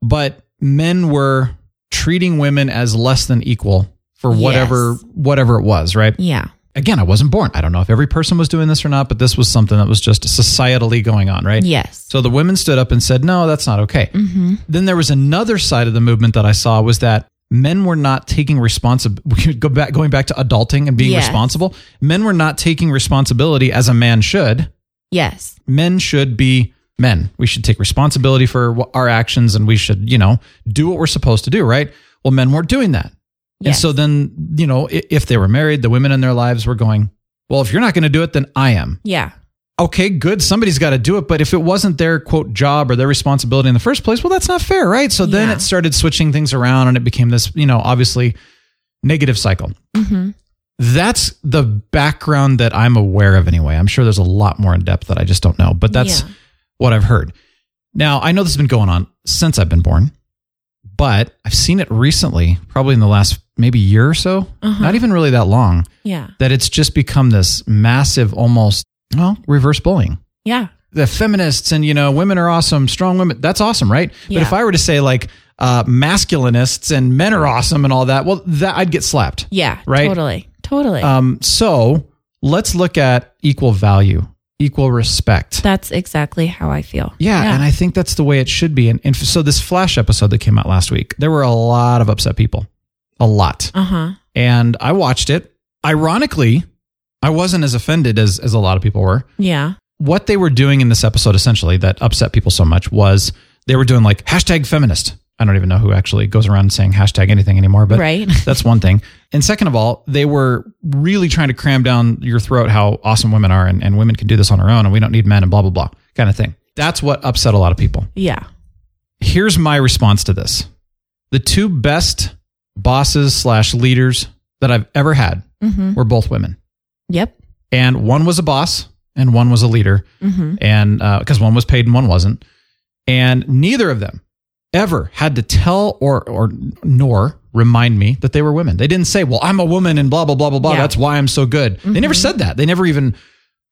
B: but men were treating women as less than equal for whatever
A: Yes.
B: whatever it was, right?
A: Yeah.
B: Again, I wasn't born. I don't know if every person was doing this or not, but this was something that was just societally going on, right?
A: Yes. Mm-hmm.
B: So the women stood up and said, "No, that's not okay." Then there was another side of the movement that I saw was that men were not taking responsibility. Go back, going back to adulting and being
A: Yes.
B: responsible. Men were not taking responsibility as a man should.
A: Yes.
B: Men should be men. We should take responsibility for wh- our actions, and we should, you know, do what we're supposed to do, right? Well, men weren't doing that. And
A: Yes.
B: so then, you know, i- if they were married, the women in their lives were going, well, if you're not going to do it, then I am
A: Yeah.
B: okay, good. Somebody's got to do it. But if it wasn't their quote job or their responsibility in the first place, well, that's not fair, right? So then
A: Yeah.
B: it started switching things around and it became this, you know, obviously negative cycle.
A: Mhm.
B: That's the background that I'm aware of anyway. I'm sure there's a lot more in depth that I just don't know, but that's
A: Yeah.
B: what I've heard. Now, I know this has been going on since I've been born, but I've seen it recently, probably in the last maybe year or so,
A: Uh-huh.
B: not even really that long,
A: Yeah.
B: that it's just become this massive, almost, well, reverse bullying
A: Yeah.
B: the feminists and you know women are awesome strong women that's awesome right
A: Yeah.
B: but if i were to say like uh masculinists and men are awesome and all that well that i'd get slapped
A: Yeah.
B: Right?
A: Totally. Totally.
B: um so let's look at equal value equal respect
A: That's exactly how I feel.
B: yeah, and I think that's the way it should be. And, and so this Flash episode that came out last week, there were a lot of upset people, a lot.
A: Uh huh.
B: And I watched it. Ironically, I wasn't as offended as as a lot of people were.
A: Yeah.
B: what they were doing in this episode essentially that upset people so much was they were doing like hashtag feminist. I don't even know who actually goes around saying hashtag anything anymore, but
A: Right.
B: that's one thing. And second of all, they were really trying to cram down your throat how awesome women are and, and women can do this on their own and we don't need men and blah, blah, blah kind of thing. That's what upset a lot of people.
A: Yeah.
B: Here's my response to this the two best bosses slash leaders that I've ever had
A: Mm-hmm.
B: were both women
A: Yep.
B: and one was a boss and one was a leader
A: Mhm.
B: and because one was paid and one wasn't and neither of them ever had to tell or or nor remind me that they were women they didn't say well i'm a woman and blah blah blah blah blah
A: Yeah. Mm-hmm.
B: that's why i'm so good they never said that they never even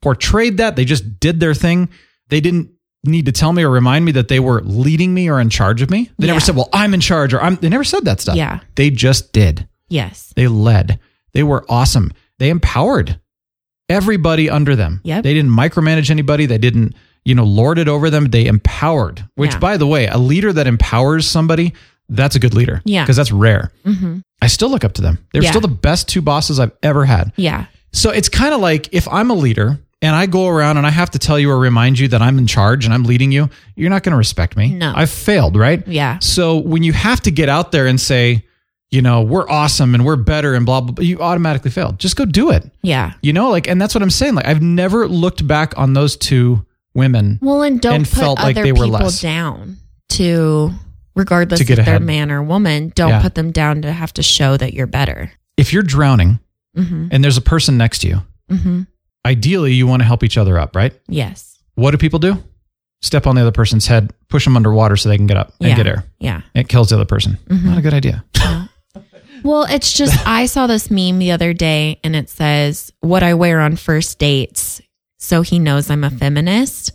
B: portrayed that they just did their thing they didn't need to tell me or remind me that they were leading me or in charge of me they
A: Yeah.
B: never said well i'm in charge or i'm they never said that stuff
A: Yeah.
B: they just did
A: Yes.
B: they led. They were awesome. They empowered everybody under them.
A: Yep.
B: They didn't micromanage anybody. They didn't, you know, lord it over them. They empowered, which
A: Yeah.
B: by the way, a leader that empowers somebody, that's a good leader.
A: Yeah.
B: Because that's rare.
A: Mm-hmm.
B: I still look up to them. They're
A: Yeah.
B: still the best two bosses I've ever had.
A: Yeah.
B: So it's kind of like if I'm a leader and I go around and I have to tell you or remind you that I'm in charge and I'm leading you, you're not going to respect me.
A: No.
B: I've failed, right?
A: Yeah.
B: So when you have to get out there and say, you know, we're awesome and we're better and blah, blah, blah, you automatically failed. Just go do it.
A: Yeah.
B: You know, like, and that's what I'm saying. Like, I've never looked back on those two women.
A: Well, and don't
B: And
A: put
B: felt
A: other
B: like they were
A: people
B: less.
A: down to, regardless
B: To
A: if
B: get
A: they're
B: ahead.
A: man or woman, don't
B: Yeah.
A: put them down to have to show that you're better.
B: If you're drowning
A: Mm-hmm.
B: and there's a person next to you,
A: Mm-hmm.
B: ideally you want to help each other up, right?
A: Yes.
B: What do people do? Step on the other person's head, push them underwater so they can get up and
A: yeah.
B: get air.
A: Yeah.
B: It kills the other person. Not a good idea.
A: Well, it's just I saw this meme the other day and it says what I wear on first dates so he knows I'm a feminist.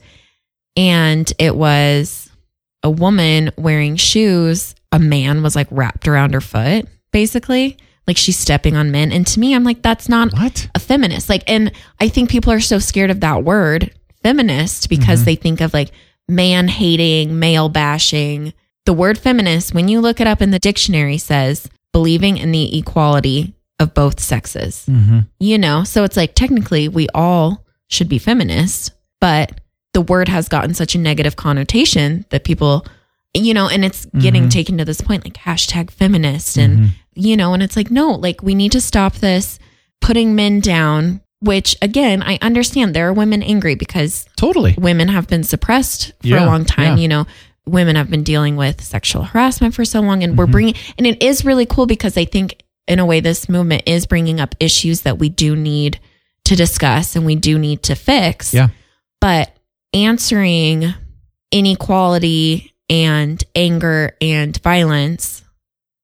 A: And it was a woman wearing shoes, a man was like wrapped around her foot, basically. Like she's stepping on men. And to me, I'm like, that's not
B: What?
A: a feminist. Like, and I think people are so scared of that word, feminist, because they think of like man hating, male bashing. The word feminist, when you look it up in the dictionary, says believing in the equality of both sexes.
B: Mm-hmm.
A: You know, so it's like technically we all should be feminists, but the word has gotten such a negative connotation that people, you know, and it's getting taken to this point like hashtag feminist
B: Mm-hmm.
A: and, you know, and it's like, no, like we need to stop this putting men down, which again, I understand there are women angry because
B: Totally.
A: women have been suppressed for
B: Yeah,
A: a long time.
B: yeah.
A: You know, women have been dealing with sexual harassment for so long, and
B: Mm-hmm.
A: we're bringing, and it is really cool because I think, in a way, this movement is bringing up issues that we do need to discuss and we do need to fix.
B: Yeah.
A: But answering inequality and anger and violence,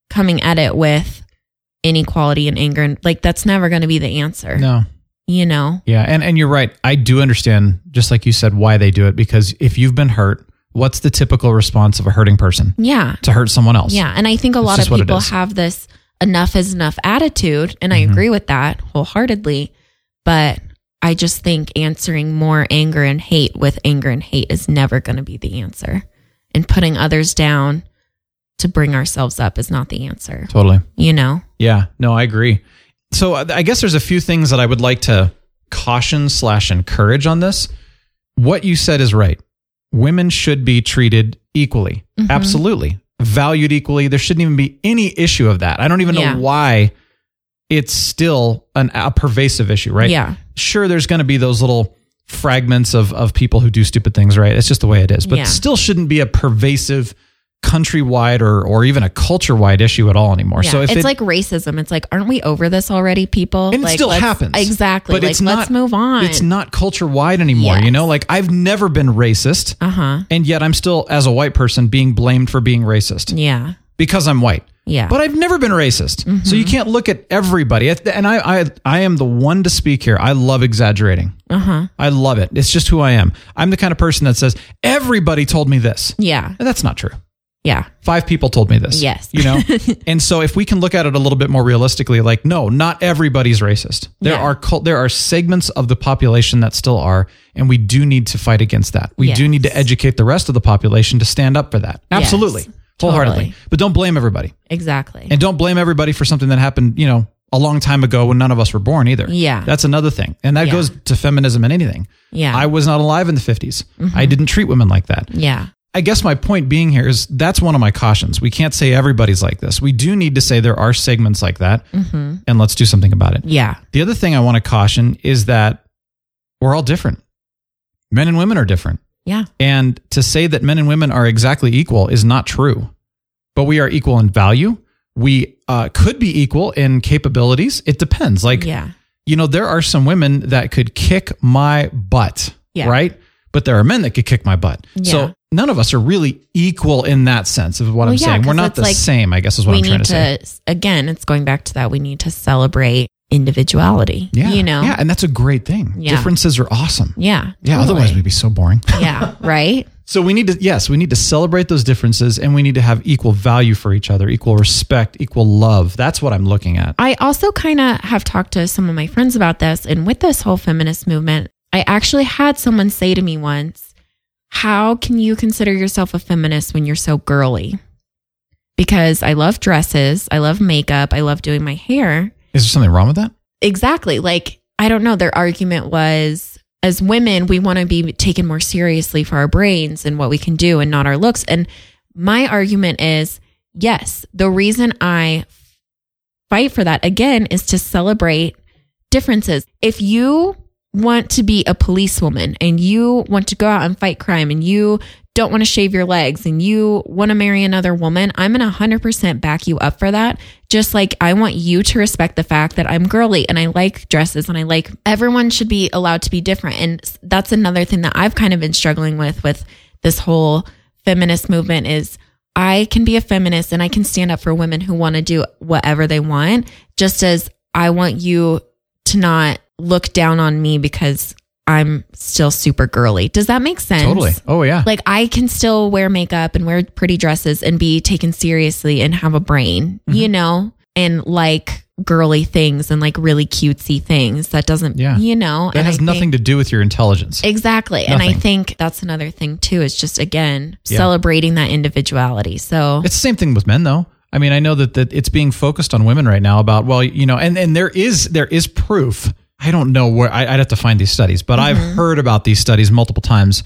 A: coming at it with inequality and anger, and like that's never going to be the answer.
B: No.
A: you know?
B: Yeah, and and you're right. I do understand, just like you said, why they do it because if you've been hurt, what's the typical response of a hurting person?
A: Yeah.
B: To hurt someone else.
A: Yeah. And I think a
B: It's
A: lot of
B: just what it
A: people
B: is. Mm-hmm.
A: have this enough is enough attitude. And I agree with that wholeheartedly. But I just think answering more anger and hate with anger and hate is never going to be the answer. And putting others down to bring ourselves up is not the answer,
B: Totally.
A: you know?
B: Yeah. No, I agree. So uh, I I guess there's a few things that I would like to caution slash encourage on this. What you said is right. Women should be treated equally.
A: Mm-hmm.
B: Absolutely. Valued equally. There shouldn't even be any issue of that. I don't even
A: Yeah.
B: know why it's still an, a pervasive issue, right?
A: Yeah.
B: Sure, there's going to be those little fragments of, of people who do stupid things, right? It's just the way it is, but
A: Yeah.
B: still shouldn't be a pervasive countrywide or, or even a culture wide issue at all anymore.
A: Yeah.
B: So if
A: it's
B: it-
A: like racism. It's like, aren't we over this already, people?
B: and
A: like,
B: it still
A: let's-
B: happens
A: Exactly. like, let's move on.
B: It's not culture wide anymore. You
A: Yes.
B: know, like I've never been racist,
A: Uh huh.
B: and yet I'm still, as a white person, being blamed for being racist
A: Yeah.
B: because I'm white.
A: Yeah. Mm-hmm.
B: But I've never been racist, so you can't look at everybody. And I, I, I am the one to speak here. I love exaggerating.
A: uh huh.
B: I love it. It's just who I am. I'm the kind of person that says everybody told me this.
A: Yeah.
B: And that's not true
A: Yeah.
B: five people told me this.
A: Yes.
B: You know? and so if we can look at it a little bit more realistically, like, no, not everybody's racist. There
A: Yeah.
B: are cult, there are segments of the population that still are, and we do need to fight against that. We do
A: Yes.
B: need to educate the rest of the population to stand up for that.
A: Yes.
B: Absolutely. Wholeheartedly.
A: Totally.
B: But don't blame everybody.
A: Exactly.
B: And don't blame everybody for something that happened, you know, a long time ago when none of us were born either.
A: Yeah.
B: That's another thing. And that
A: Yeah.
B: goes to feminism and anything.
A: yeah. Mm-hmm.
B: I was not alive in the 50s. I didn't treat women like that.
A: yeah.
B: I guess my point being here is that's one of my cautions. We can't say everybody's like this. We do need to say there are segments like that, and let's do something about it.
A: Mm-hmm. Yeah.
B: The other thing I want to caution is that we're all different. Men and women are different.
A: Yeah.
B: And to say that men and women are exactly equal is not true, but we are equal in value. We uh, could be equal in capabilities. It depends. Like,
A: Yeah.
B: you know, there are some women that could kick my butt,
A: Yeah.
B: right? But there are men that could kick my butt.
A: Yeah.
B: So none of us are really equal in that sense of what
A: Well,
B: I'm
A: yeah,
B: saying. We're
A: 'cause
B: not
A: it's
B: the
A: like
B: same, I guess is what
A: We
B: I'm trying
A: need
B: to say.
A: to, again, it's going back to that. We need to celebrate individuality.
B: Yeah.
A: You know?
B: Yeah. And that's a great thing.
A: Yeah.
B: Differences are awesome.
A: Yeah.
B: Yeah. Otherwise, we'd be so boring.
A: yeah. Right.
B: So we need to, yes, we need to celebrate those differences and we need to have equal value for each other, equal respect, equal love. That's what I'm looking at.
A: I also kind of have talked to some of my friends about this. And with this whole feminist movement, I actually had someone say to me once, How can you consider yourself a feminist when you're so girly? Because I love dresses, I love makeup, I love doing my hair.
B: Is there something wrong with that?
A: Exactly. Like, I don't know. Their argument was as women, we want to be taken more seriously for our brains and what we can do and not our looks. And my argument is yes, the reason I fight for that again is to celebrate differences. If you want to be a policewoman and you want to go out and fight crime and you don't want to shave your legs and you want to marry another woman, I'm going to 100% back you up for that. Just like I want you to respect the fact that I'm girly and I like dresses and I like everyone should be allowed to be different. And s- that's another thing that I've kind of been struggling with with this whole feminist movement is I can be a feminist and I can stand up for women who want to do whatever they want, just as I want you to not look down on me because I'm still super girly. Does that make sense?
B: Totally. Oh, yeah.
A: Like I can still wear makeup and wear pretty dresses and be taken seriously and have a brain,
B: Mm-hmm.
A: you know, and like girly things and like really cutesy things. That doesn't,
B: Yeah.
A: you know,
B: that
A: and
B: has
A: I
B: nothing
A: think-
B: to do with your intelligence.
A: Exactly. And I
B: Nothing.
A: think that's another thing too, is just again,
B: Yeah.
A: celebrating that individuality. So
B: It's the same thing with men, though. I mean, I know that, that it's being focused on women right now about well, you know, and and there is there is proof. I don't know where I, I'd have to find these studies, but
A: Mm-hmm.
B: I've heard about these studies multiple times.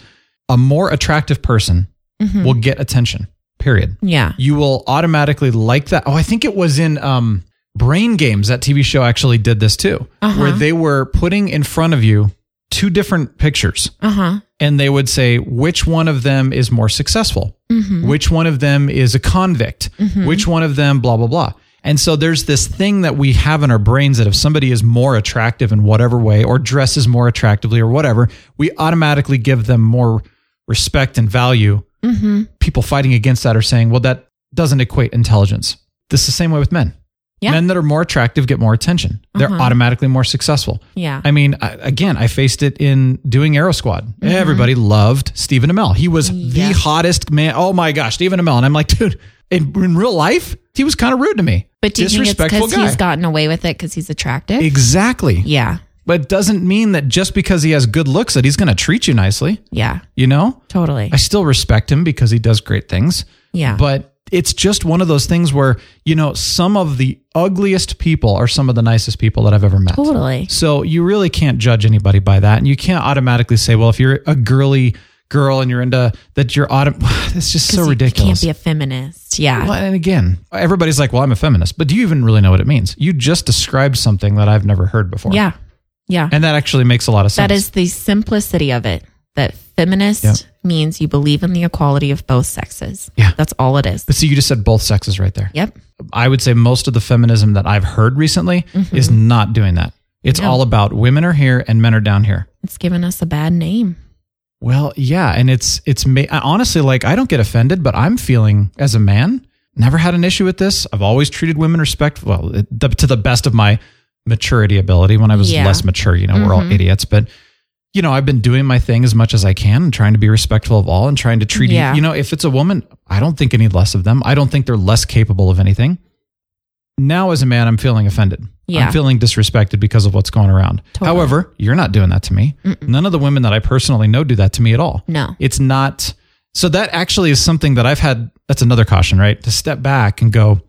B: A more attractive person
A: Mm-hmm.
B: will get attention. Period.
A: yeah.
B: You will automatically like that. Oh, I think it was in um, Brain Games that TV show actually did this too, where they were putting in front of you two different pictures
A: Uh huh.
B: and they would say which one of them is more successful, which one of them is a convict, which one of them, blah, blah, blah. And so there's this thing that we have in our brains that if somebody is more attractive in whatever way or dresses more attractively or whatever, we automatically give them more respect and value. People fighting against that are saying, well, that doesn't equate intelligence. This is the same way with men.
A: Yeah.
B: Men that are more attractive get more attention. They're automatically more successful.
A: Yeah.
B: I mean, I, again, I faced it in doing Aero Squad.
A: Mm-hmm.
B: Everybody loved Stephen Amell. He was the hottest man. Oh my gosh, Stephen Amell. And I'm like, dude, in, in real life, he was kind of rude to me.
A: But do you think it's
B: disrespectful
A: because
B: guy.
A: he's gotten away with it because he's attractive?
B: exactly.
A: yeah.
B: But it doesn't mean that just because he has good looks that he's going to treat you nicely.
A: Yeah.
B: You know,
A: Totally.
B: I still respect him because he does great things.
A: yeah.
B: But it's just one of those things where, you know, some of the ugliest people are some of the nicest people that I've ever met.
A: totally.
B: So you really can't judge anybody by that. And you can't automatically say, well, if you're a girly girl and you're into that, you're auto, it's just
A: 'Cause
B: so
A: you can't
B: ridiculous.
A: be a feminist. Yeah.
B: Well, and again, everybody's like, well, I'm a feminist, but do you even really know what it means? You just described something that I've never heard before.
A: Yeah. Yeah.
B: And that actually makes a lot of sense.
A: That is the simplicity of it. That feminist
B: Yeah.
A: means you believe in the equality of both sexes.
B: Yeah.
A: That's all it is.
B: But see, you just said both sexes right there.
A: Yep.
B: I would say most of the feminism that I've heard recently is not doing that. It's all about women are here and men are down here.
A: It's given us a bad name.
B: Well, yeah, and it's it's ma- I- honestly like I don't get offended, but I'm feeling as a man never had an issue with this. I've always treated women respect well it- the, to the best of my maturity ability. When I was
A: Yeah. Mm-hmm.
B: less mature, you know, we're all idiots, but you know, I've been doing my thing as much as I can and trying to be respectful of all and trying to treat e,
A: Yeah.
B: you know, if it's a woman, I don't think any less of them. I don't think they're less capable of anything. Now as a man, I'm feeling offended.
A: Yeah.
B: I'm feeling disrespected because of what's going around.
A: Totally.
B: However, you're not doing that to me. None of the women that I personally know do that to me at all.
A: No.
B: It's not. So that actually is something that I've had. That's another caution, right? To step back and go,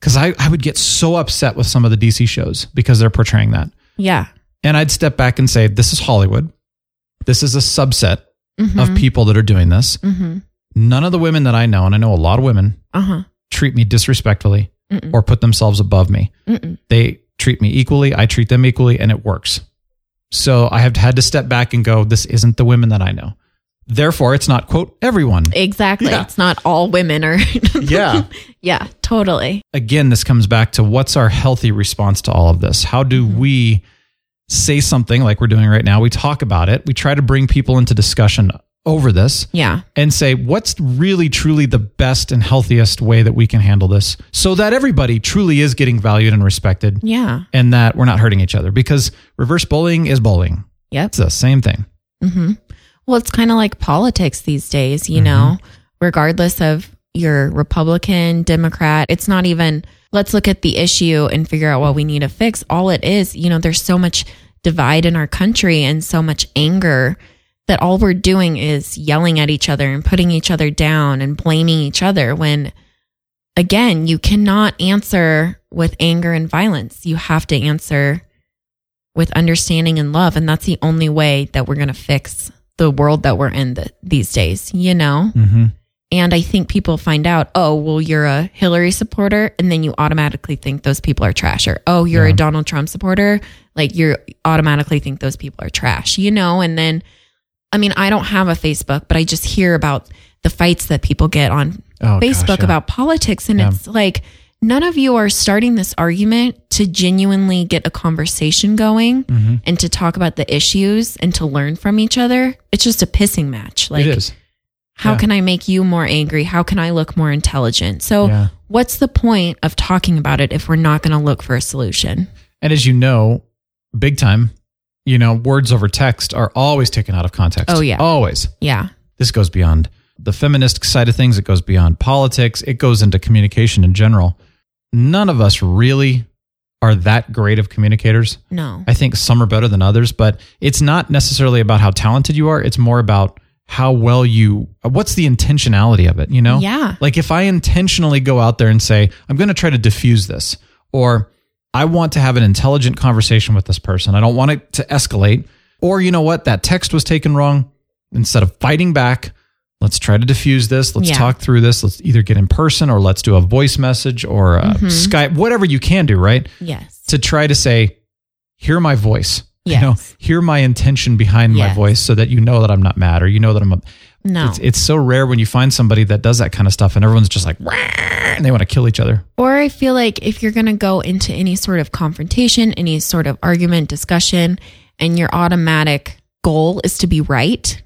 B: because I, I would get so upset with some of the DC shows because they're portraying that.
A: Yeah.
B: And I'd step back and say, this is Hollywood. This is a subset of people that are doing this. None of the women that I know, and I know a lot of women,
A: Uh huh.
B: treat me disrespectfully or put themselves above me. They treat me equally, I treat them equally, and it works. So I have had to step back and go, this isn't the women that I know. Therefore, it's not, quote, everyone.
A: Exactly.
B: Yeah.
A: It's not all women are.
B: Yeah.
A: yeah. Totally.
B: Again, this comes back to what's our healthy response to all of this? How do we say something like we're doing right now? We talk about it, we try to bring people into discussion over this.
A: Yeah.
B: and say what's really truly the best and healthiest way that we can handle this so that everybody truly is getting valued and respected
A: Yeah.
B: and that we're not hurting each other because reverse bullying is bullying.
A: Yep.
B: It's the same thing.
A: Mm-hmm. Well, it's kind of like politics these days, you know, regardless of your Republican, Democrat, it's not even let's look at the issue and figure out what we need to fix. All it is, you know, there's so much divide in our country and so much anger that all we're doing is yelling at each other and putting each other down and blaming each other when again, you cannot answer with anger and violence. You have to answer with understanding and love. And that's the only way that we're going to fix the world that we're in th- these days, you know?
B: Mm-hmm.
A: And I think people find out, oh, well, you're a Hillary supporter. And then you automatically think those people are trash. Or, oh, you're a Donald Trump supporter. Like you automatically think those people are trash, you know? And then, I mean, I don't have a Facebook, but I just hear about the fights that people get on
B: Oh, gosh,
A: Facebook
B: yeah.
A: about politics. And
B: Yeah.
A: it's like, none of you are starting this argument to genuinely get a conversation going
B: Mm-hmm.
A: and to talk about the issues and to learn from each other. It's just a pissing match. Like,
B: it is.
A: how
B: Yeah.
A: can I make you more angry? How can I look more intelligent? So,
B: Yeah.
A: what's the point of talking about it if we're not going to look for a solution?
B: And as you know, big time, you know, words over text are always taken out of context.
A: Oh, yeah.
B: Always.
A: Yeah.
B: This goes beyond the feminist side of things, it goes beyond politics, it goes into communication in general. None of us really are that great of communicators.
A: No.
B: I think some are better than others, but it's not necessarily about how talented you are. It's more about how well you, what's the intentionality of it, you know?
A: Yeah.
B: Like if I intentionally go out there and say, I'm going to try to diffuse this, or I want to have an intelligent conversation with this person, I don't want it to escalate, or you know what, that text was taken wrong. Instead of fighting back, let's try to diffuse this. Let's
A: Yeah.
B: talk through this. Let's either get in person or let's do a voice message or a
A: Mm-hmm.
B: Skype, whatever you can do, right?
A: Yes.
B: to try to say, hear my voice.
A: Yes.
B: You know, hear my intention behind my
A: Yes.
B: voice so that you know that I'm not mad or you know that I'm a,
A: No.
B: it's, it's so rare when you find somebody that does that kind of stuff and everyone's just like, "Wah," and they want to kill each other.
A: Or I feel like if you're going to go into any sort of confrontation, any sort of argument, discussion, and your automatic goal is to be right,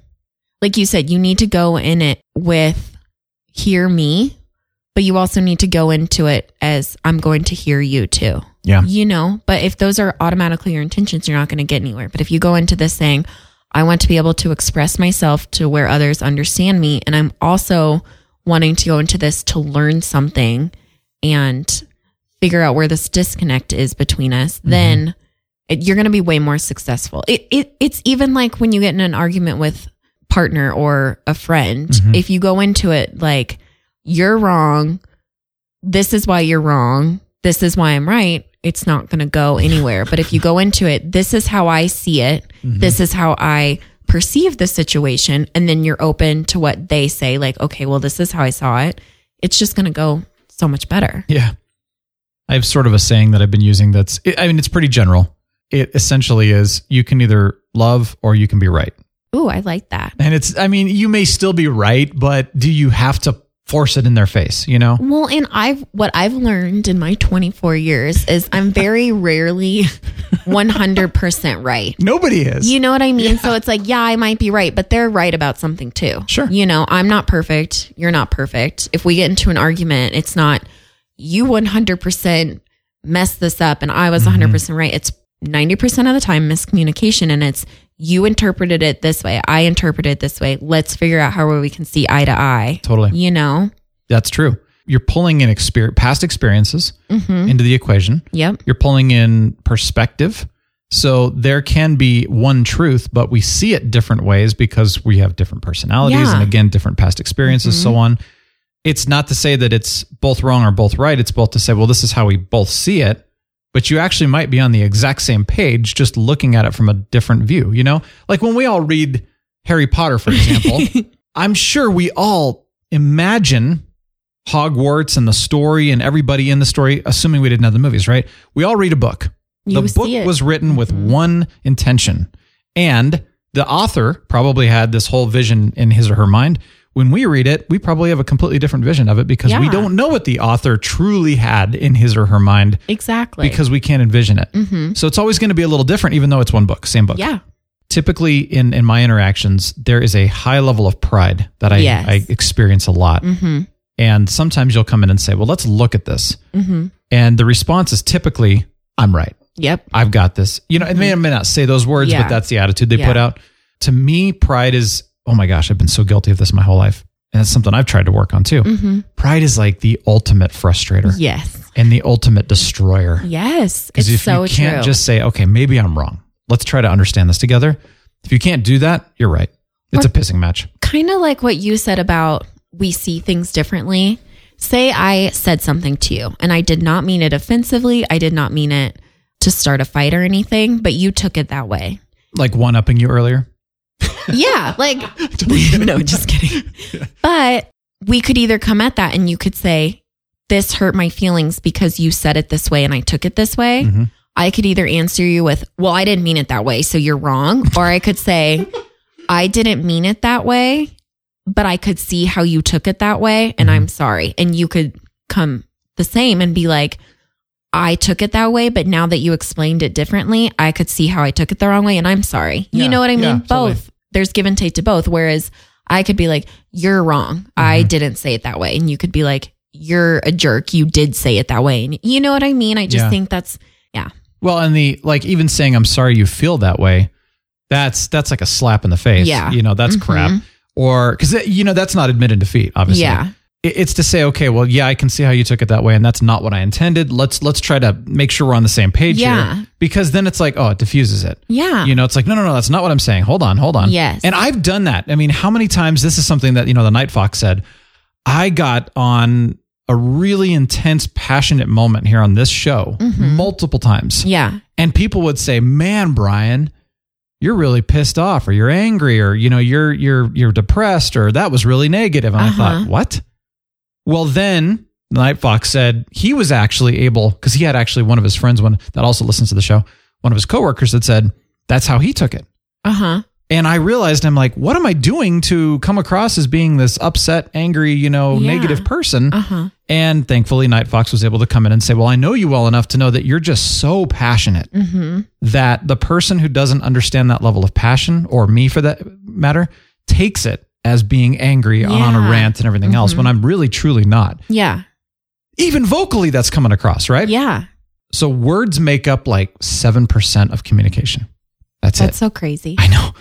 A: like you said, you need to go in it with hear me but you also need to go into it as I'm going to hear you too.
B: Yeah.
A: You know, but if those are automatically your intentions, you're not going to get anywhere. But if you go into this saying, I want to be able to express myself to where others understand me, and I'm also wanting to go into this to learn something and figure out where this disconnect is between us, then it, you're going to be way more successful. It, it it's even like when you get in an argument with partner or a friend, if you go into it like you're wrong, this is why you're wrong, this is why I'm right, it's not going to go anywhere. But if you go into it, this is how I see it, this is how I perceive the situation, and then you're open to what they say, like, okay, well, this is how I saw it, it's just going to go so much better.
B: Yeah. I have sort of a saying that I've been using that's, I mean, it's pretty general. It essentially is you can either love or you can be right.
A: Ooh, I like that.
B: And it's, I mean, you may still be right, but do you have to force it in their face, you know?
A: Well, and I've what I've learned in my 24 years is I'm very rarely 100% right.
B: Nobody is.
A: You know what I mean? So it's like, yeah, I might be right, but they're right about something too.
B: Sure.
A: You know, I'm not perfect. You're not perfect. If we get into an argument, it's not you 100% messed this up and
B: Mm-hmm.
A: I was 100% right. It's 90% of the time miscommunication and it's you interpreted it this way. I interpreted it this way. Let's figure out how we can see eye to eye.
B: Totally.
A: You know?
B: That's true. You're pulling in exper- past experiences into the equation.
A: Mm-hmm. Yep.
B: You're pulling in perspective. So there can be one truth, but we see it different ways because we have different personalities
A: Yeah.
B: and again, different past experiences, so on. It's not to say that it's both wrong or both right. It's both to say, well, this is how we both see it. But you actually might be on the exact same page, just looking at it from a different view. You know, like when we all read Harry Potter, for example, I'm sure we all imagine Hogwarts and the story and everybody in the story, assuming we didn't have the movies, right? We all read a book.
A: You
B: the
A: see
B: book
A: it. Mm-hmm.
B: was written with one intention, and the author probably had this whole vision in his or her mind. When we read it, we probably have a completely different vision of it because we
A: Yeah.
B: don't know what the author truly had in his or her mind
A: Exactly.
B: because we can't envision it. So it's always going to be a little different, even though it's one book, same book.
A: Mm-hmm. yeah.
B: Typically, in in my interactions, there is a high level of pride that I
A: Yes. Mm-hmm.
B: I experience a lot. And sometimes you'll come in and say, "Well, let's look at this,"
A: Mm-hmm.
B: and the response is typically, "I'm right.
A: Yep.
B: I've got this." You know, it may or may not say those words,
A: Yeah.
B: but that's the attitude they
A: Yeah.
B: put out. To me, pride is, "Oh my gosh, I've been so guilty of this my whole life," and it's something I've tried to work on too.
A: Mm.
B: Pride is like the ultimate frustrator
A: Mm-hmm. Yes.
B: and the ultimate destroyer.
A: Yes. It's
B: Because if
A: so
B: you can't
A: true.
B: just say, okay, maybe I'm wrong. Let's try to understand this together. If you can't do that, you're right. It's a pissing match.
A: kind of like what you said about we see things differently. Say I said something to you and I did not mean it offensively. I did not mean it to start a fight or anything, but you took it that way.
B: Like one upping you earlier.
A: Yeah. Like, no, just kidding. But we could either come at that and you could say, This hurt my feelings because you said it this way and I took it this way.
B: Mm-hmm.
A: I could either answer you with, Well, I didn't mean it that way. So you're wrong. Or I could say, I didn't mean it that way, but I could see how you took it that way.
B: Mm-hmm.
A: And I'm sorry. And you could come the same and be like, I took it that way, but now that you explained it differently, I could see how I took it the wrong way and I'm sorry.
B: Yeah,
A: you know what I mean?
B: yeah, totally.
A: both. There's give and take to both. Whereas I could be like, you're wrong. I
B: Mm-hmm.
A: didn't say it that way. And you could be like, you're a jerk. You did say it that way. And you know what I mean? I just
B: Yeah.
A: think that's, yeah.
B: Well, and the like even saying I'm sorry you feel that way, that's that's like a slap in the face.
A: Yeah. Mm-hmm.
B: You know, that's crap. Or because you know, that's not admitted defeat, obviously.
A: Yeah.
B: It- It's to say, okay, well, yeah, I can see how you took it that way, and that's not what I intended. Let's let's try to make sure we're on the same page
A: Yeah.
B: here, because then it's like, oh, it diffuses it.
A: Yeah.
B: You know, it's like, no, no, no, that's not what I'm saying. Hold on, hold on.
A: Yes.
B: And I've done that. I mean, how many times this is something that, you know, the Night Fox said, I got on a really intense, passionate moment here on this show
A: Mm-hmm.
B: multiple times.
A: yeah.
B: And people would say, Man, Brian, you're really pissed off or you're angry or you know, you're you're you're depressed or that was really negative. And I
A: Uh-huh.
B: thought, what? Well then the Night Fox said he was actually able because he had actually one of his friends one that also listens to the show, one of his coworkers that said that's how he took it.
A: Uh huh.
B: And I realized I'm like, what am I doing to come across as being this upset, angry, you know,
A: Yeah.
B: negative person?
A: Uh huh.
B: And thankfully, Night Fox was able to come in and say, Well, I know you well enough to know that you're just so passionate
A: Mm-hmm.
B: that the person who doesn't understand that level of passion, or me for that matter, takes it as being angry on a
A: Yeah. Mm-hmm.
B: rant and everything else when I'm really truly not.
A: Yeah.
B: Even vocally, that's coming across, right?
A: Yeah.
B: So words make up like 7% of communication. That's,
A: That's
B: it.
A: so crazy.
B: I know.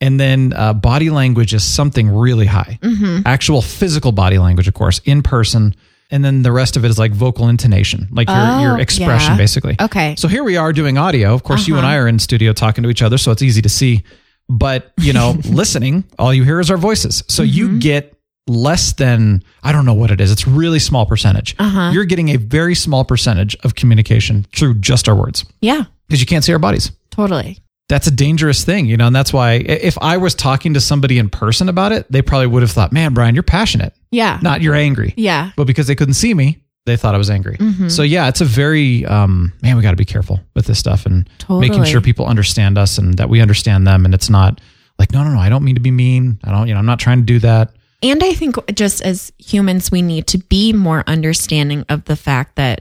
B: And then uh, body language is something really high.
A: Mm-hmm.
B: Actual physical body language, of course, in person. And then the rest of it is like vocal intonation, like your,
A: Oh,
B: your expression,
A: yeah.
B: basically.
A: Okay. Uh-huh.
B: So here we are doing audio. Of course, you and I are in studio talking to each other, so it's easy to see. But, you know, listening, all you hear is our voices. So
A: Mm-hmm.
B: you get less than, I don't know what it is. It's really small percentage.
A: Uh-huh.
B: You're getting a very small percentage of communication through just our words
A: Yeah.
B: because you can't see our bodies
A: Totally.
B: that's a dangerous thing, you know, and that's why i- if I was talking to somebody in person about it, they probably would have thought, man, Brian, you're passionate,
A: Yeah.
B: not you're angry.
A: Yeah.
B: But because they couldn't see me, they thought I was angry.
A: Mm-hmm.
B: So yeah, it's a very, um, man, we got to be careful with this stuff and making
A: Totally.
B: sure people understand us and that we understand them. And it's not like, no, no, no, I don't mean to be mean. I don't, you know, I'm not trying to do that.
A: And I think just as humans, we need to be more understanding of the fact that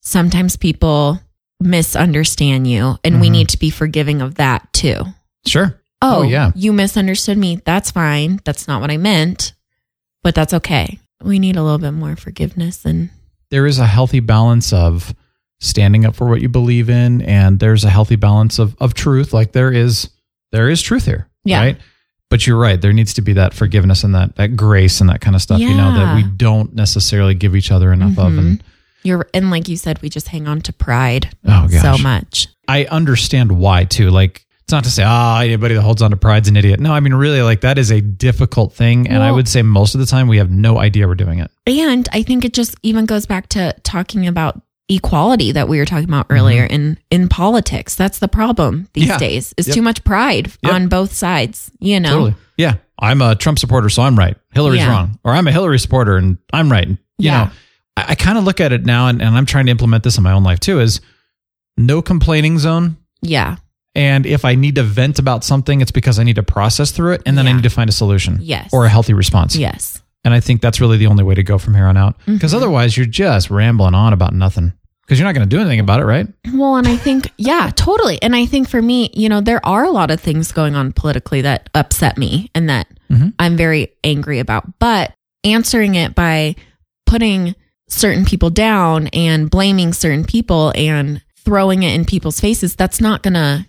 A: sometimes people misunderstand you, and
B: Mm-hmm.
A: we need to be forgiving of that too.
B: Sure.
A: Oh,
B: yeah.
A: You misunderstood me. That's fine. That's not what I meant, but that's okay. We need a little bit more forgiveness and
B: there is a healthy balance of standing up for what you believe in and there's a healthy balance of of truth like there is there is truth here
A: Yeah.
B: right but you're right there needs to be that forgiveness and that that grace and that kind of stuff you know that
A: Yeah. Mm-hmm.
B: we don't necessarily give each other enough of and
A: you're and like you said, we just hang on to pride
B: Oh, gosh.
A: so much.
B: i understand why too like it's not to say ah anybody that holds on to pride's an idiot no i mean really like that is a difficult thing and i
A: Well-
B: would say most of the time we have no idea we're doing it
A: And I think it just even goes back to talking about equality that we were talking about earlier in in politics. That's the problem these
B: Mm-hmm. Yeah.
A: days. Is
B: Yep.
A: too much pride
B: Yep.
A: on both sides, you know.
B: Totally. Yeah. I'm a Trump supporter, so I'm right. Hillary's
A: Yeah.
B: wrong. Or I'm a Hillary supporter and I'm right. And, you
A: Yeah.
B: know, I, I kind of look at it now and, and I'm trying to implement this in my own life too is no complaining zone.
A: Yeah.
B: And if I need to vent about something, it's because I need to process through it and then I
A: Yeah.
B: need to find a solution
A: Yes.
B: or a healthy response.
A: Yes.
B: And I think that's really the only way to go from here on out
A: Mm-hmm.
B: because otherwise you're just rambling on about nothing because you're not going to do anything about it, right?
A: Well, and I think yeah, totally. And I think for me, you know, there are a lot of things going on politically that upset me and that
B: Mhm.
A: I'm very angry about. But answering it by putting certain people down and blaming certain people and throwing it in people's faces, that's not going to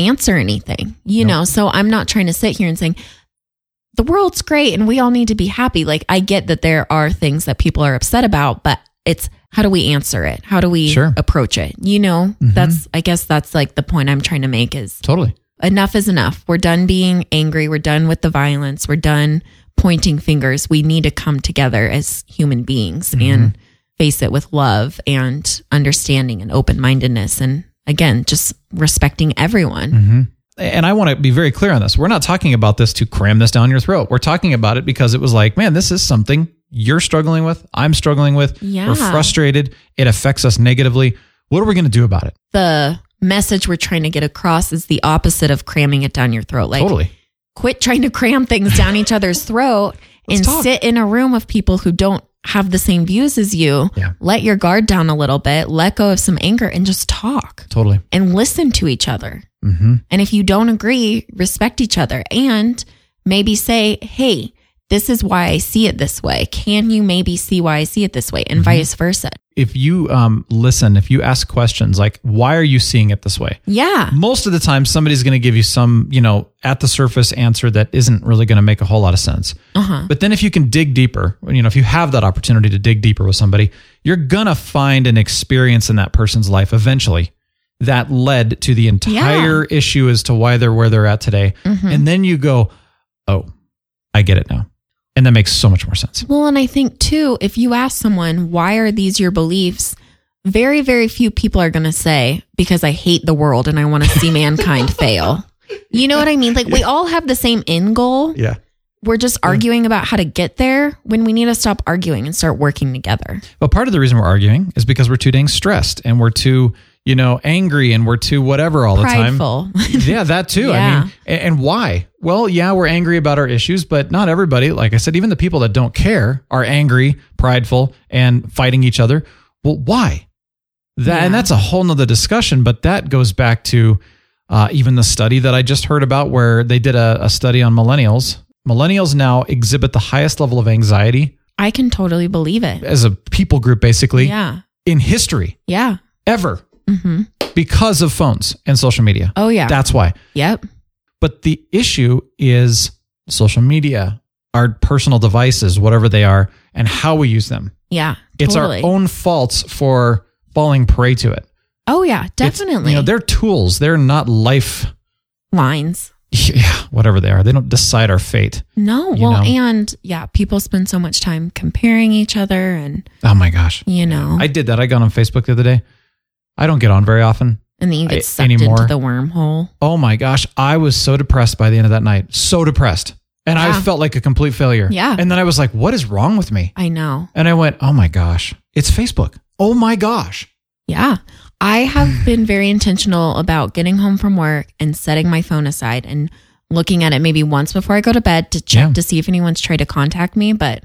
A: answer anything, you know? So I'm not trying to sit here and saying, the world's great and we all need to be happy. Like, I get that there are things that people are upset about, but it's how do we answer it? How do we
B: Sure.
A: approach it? You know, that's, I guess that's like the point I'm trying to make is
B: Totally.
A: enough is enough. We're done being angry. We're done with the violence. We're done pointing fingers. We need to come together as human beings and face it with love and understanding and open mindedness. And again, just respecting everyone.
B: and I want to be very clear on this. We're not talking about this to cram this down your throat. We're talking about it because it was like, man, this is something you're struggling with. I'm struggling with.
A: Yeah.
B: We're frustrated. It affects us negatively. What are we going to do about it?
A: The message we're trying to get across is the opposite of cramming it down your throat. Like,
B: totally.
A: quit trying to cram things down each other's throat and
B: talk.
A: sit in a room of people who don't have the same views as you.
B: Yeah.
A: Let your guard down a little bit, let go of some anger, and just talk.
B: Totally.
A: and listen to each other.
B: hmm
A: And if you don't agree, respect each other and maybe say, hey, this is why I see it this way. Can you maybe see why I see it this way? And
B: Mm-hmm.
A: vice versa.
B: If you um, listen, if you ask questions like, why are you seeing it this way?
A: Yeah.
B: Most of the time, somebody's going to give you some, you know, at the surface answer that isn't really going to make a whole lot of sense.
A: Uh huh.
B: But then if you can dig deeper, you know, if you have that opportunity to dig deeper with somebody, you're going to find an experience in that person's life eventually that led to the entire issue as to why they're where they're at today.
A: Mm-hmm.
B: And then you go, "Oh, I get it now." And that makes so much more sense.
A: Well, and I think too, if you ask someone, why are these your beliefs? Very, very few people are going to say, because I hate the world and I want to see mankind fail. You know what I mean? Like, we all have the same end goal.
B: Yeah.
A: We're just arguing about how to get there when we need to stop arguing and start working together.
B: But part of the reason we're arguing is because we're too dang stressed and we're too, you know, angry and we're too whatever all
A: Prideful.
B: the time. yeah, that too. I
A: Yeah.
B: mean, a- and why? Well, yeah, we're angry about our issues, but not everybody, like I said, even the people that don't care are angry, prideful, and fighting each other. Well, why? That and
A: Yeah.
B: that's a whole nother discussion, but that goes back to uh, even the study that I just heard about where they did a, a study on millennials millennials now exhibit the highest level of anxiety
A: I can totally believe it.
B: as a people group, basically,
A: Yeah.
B: in history
A: Yeah.
B: ever
A: Mm-hmm.
B: because of phones and social media.
A: Oh, yeah.
B: That's why.
A: Yep.
B: But the issue is social media, our personal devices, whatever they are, and how we use them.
A: Yeah.
B: It's
A: totally.
B: our own faults for falling prey to it.
A: Oh, yeah.
B: It's-
A: Definitely.
B: you know, they're tools. They're not life.
A: Lines.
B: Yeah, whatever they are. They don't decide our fate.
A: No.
B: You
A: well,
B: know.
A: and yeah, people spend so much time comparing each other and,
B: Oh my gosh.
A: you know,
B: I did that. I got on Facebook the other day. I don't get on very often.
A: and then you
B: I-
A: get sucked
B: anymore.
A: into the wormhole.
B: Oh my gosh. I was so depressed by the end of that night. So depressed. And I
A: Yeah.
B: felt like a complete failure.
A: Yeah.
B: And then I was like, what is wrong with me?
A: I know.
B: And I went, oh my gosh, it's Facebook. Oh my gosh.
A: Yeah. I have been very intentional about getting home from work and setting my phone aside and looking at it maybe once before I go to bed to check
B: Yeah.
A: to see if anyone's tried to contact me, but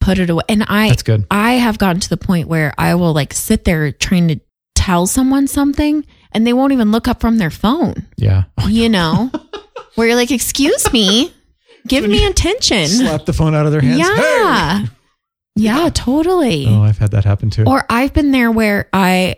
A: put it away. And I
B: That's good.
A: I have gotten to the point where I will like sit there trying to tell someone something and they won't even look up from their phone.
B: Yeah.
A: You know? where you're like, excuse me, give me attention.
B: Slap the phone out of their hands. Hey!
A: Yeah. Yeah, totally.
B: Oh, I've had that happen too.
A: Or I've been there where I,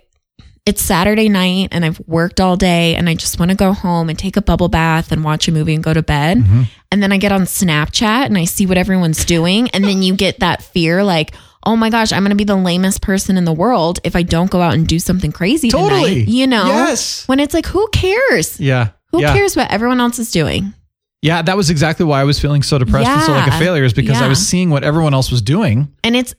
A: it's Saturday night and I've worked all day and I just want to go home and take a bubble bath and watch a movie and go to bed.
B: Mm-hmm.
A: And then I get on Snapchat and I see what everyone's doing. And then you get that fear like, oh my gosh, I'm going to be the lamest person in the world if I don't go out and do something crazy
B: Totally.
A: tonight. You know?
B: Yes.
A: When it's like, who cares?
B: yeah.
A: Who
B: yeah.
A: cares what everyone else is doing?
B: Yeah, that was exactly why I was feeling so depressed and so like a
A: Yeah.
B: failure is because I
A: Yeah.
B: was seeing what everyone else was doing.
A: And it's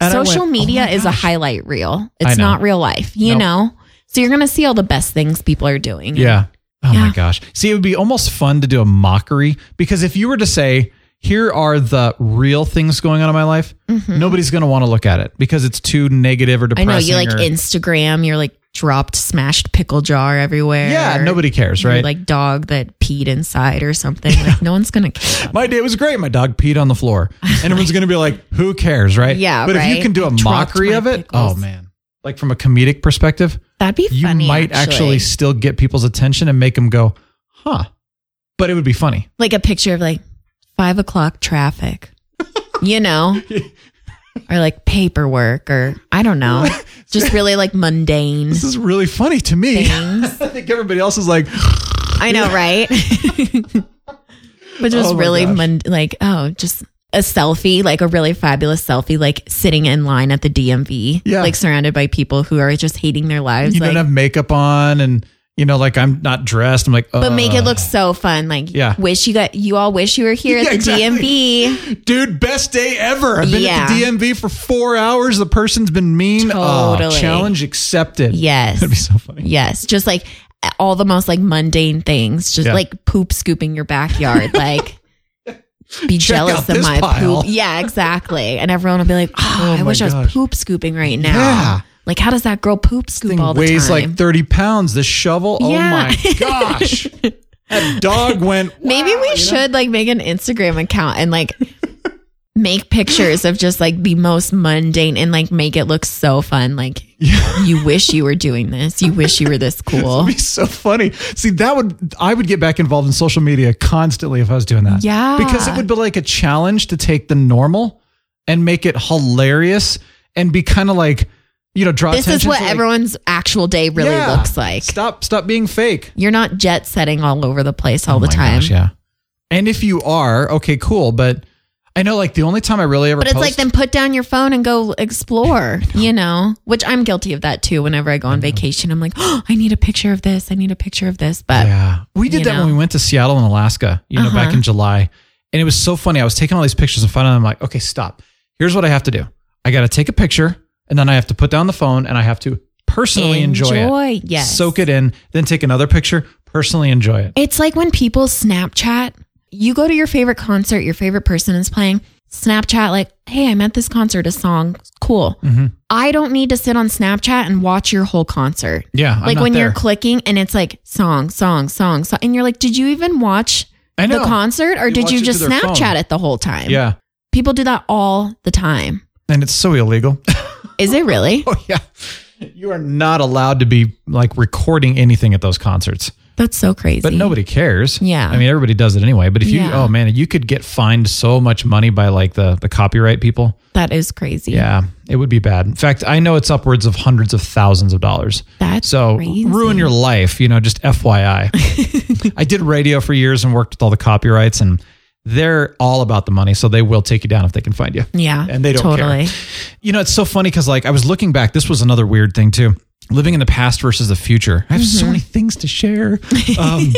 B: And I
A: social
B: went, "Oh
A: media
B: my
A: is a
B: gosh."
A: highlight reel.
B: I
A: It's
B: know.
A: not real life, you
B: Nope.
A: know? So you're going to see all the best things people are doing.
B: Yeah. Oh my
A: Yeah.
B: gosh. See, it would be almost fun to do a mockery because if you were to say, here are the real things going on in my life, nobody's going to want to look at it because it's too negative or
A: Mm-hmm. I
B: depressing.
A: know you like
B: or-
A: Instagram. You're like dropped smashed pickle jar everywhere.
B: Yeah, nobody cares,
A: Your,
B: right?
A: Like dog that peed inside or something. Like no one's gonna care. about
B: my day was great. My dog peed on the floor. And everyone's going to be like, who cares, right?
A: Yeah,
B: But if you
A: right.
B: can do a
A: I dropped
B: mockery
A: my
B: of it,
A: pickles.
B: oh man. Like from a comedic perspective,
A: it. That'd be
B: you
A: funny.
B: might actually. still get people's attention and make them go, huh. But it would be funny.
A: like a picture of like five o'clock traffic. you know. Or like paperwork, or I don't know, just really like mundane
B: This is really funny to me.
A: things.
B: I think everybody else is like,
A: I know, right? but just
B: Oh my
A: really
B: gosh.
A: mun- like, oh, just a selfie, like a really fabulous selfie, like sitting in line at the DMV,
B: Yeah.
A: like surrounded by people who are just hating their lives.
B: you
A: like,
B: don't have makeup on and you know like i'm not dressed i'm like uh,
A: but make it look so fun. Like,
B: Yeah.
A: wish you got, you all wish you were here at
B: Yeah,
A: the
B: exactly.
A: DMV.
B: dude best day ever i've been
A: Yeah.
B: at the dmv for four hours the person's been mean Oh,
A: Totally.
B: challenge accepted
A: Yes.
B: that'd be so funny
A: Yes. Just like all the most like mundane things, just
B: Yeah.
A: like poop scooping your backyard. Like, be
B: Check out
A: jealous of
B: this
A: my
B: pile.
A: poop. Yeah, exactly. And everyone will be like, oh,
B: my
A: I wish I
B: gosh.
A: was poop scooping right now.
B: Yeah.
A: Like, how does that girl poop scoop
B: thing
A: all the
B: weighs
A: time?
B: like 30 pounds the shovel
A: Yeah.
B: oh my gosh that dog went
A: Maybe
B: wow,
A: we
B: you know?
A: should like make an Instagram account and like make pictures of just like the most mundane and like make it look so fun. Like, you wish you were doing this. You wish you were this cool.
B: That'd be so funny. See, that would I would get back involved in social media constantly if I was doing that.
A: Yeah.
B: Because it would be like a challenge to take the normal and make it hilarious and be kind of like, you know, draw
A: This is
B: attention
A: what
B: to, like,
A: everyone's actual day really
B: yeah,
A: looks like.
B: Stop stop being fake Oh
A: You're not jet setting all over the place all the
B: my
A: time.
B: gosh, yeah. And if you are, okay, cool, but I know like the only time I really ever
A: But it's
B: post,
A: like then put down your phone and go explore, you know, which I'm guilty of that too. Whenever I go on vacation, I'm like, oh, I need a picture of this. I need a picture of this. But
B: Yeah. We did
A: you
B: that
A: know?
B: when we went to Seattle and Alaska, you know, back
A: Uh-huh.
B: in July. And it was so funny. I was taking all these pictures and finally I'm like, okay, stop. Here's what I have to do. I got to take a picture and then I have to put down the phone and I have to personally enjoy,
A: Enjoy,
B: it.
A: yes.
B: Soak it in, then take another picture, personally enjoy it.
A: It's like when people Snapchat, you go to your favorite concert, your favorite person is playing, Snapchat, like, hey, I'm at this concert, a song, cool.
B: Mm-hmm.
A: I don't need to sit on Snapchat and watch your whole concert.
B: Yeah. I'm
A: like
B: not
A: when you're
B: there.
A: clicking and it's like song, song, song, song, and you're like, did you even watch
B: I know.
A: the concert or
B: You
A: did
B: watch
A: you
B: it
A: just
B: through their
A: Snapchat
B: phone.
A: it the whole time?
B: Yeah.
A: People do that all the time.
B: And it's so illegal.
A: Is it really?
B: oh, yeah. You are not allowed to be like recording anything at those concerts.
A: That's so crazy.
B: But nobody cares.
A: Yeah.
B: I mean, everybody does it anyway. But if you,
A: Yeah.
B: oh man, you could get fined so much money by like the, the copyright people.
A: That is crazy.
B: Yeah. It would be bad. In fact, I know it's upwards of hundreds of thousands of dollars.
A: That's
B: so
A: crazy.
B: ruin your life, you know, just FYI. I did radio for years and worked with all the copyrights and they're all about the money. So they will take you down if they can find you.
A: Yeah.
B: And they don't care.
A: totally.
B: You know, it's so funny because like I was looking back, this was another weird thing too. Living in the past versus the future. I have so many things to share. Um,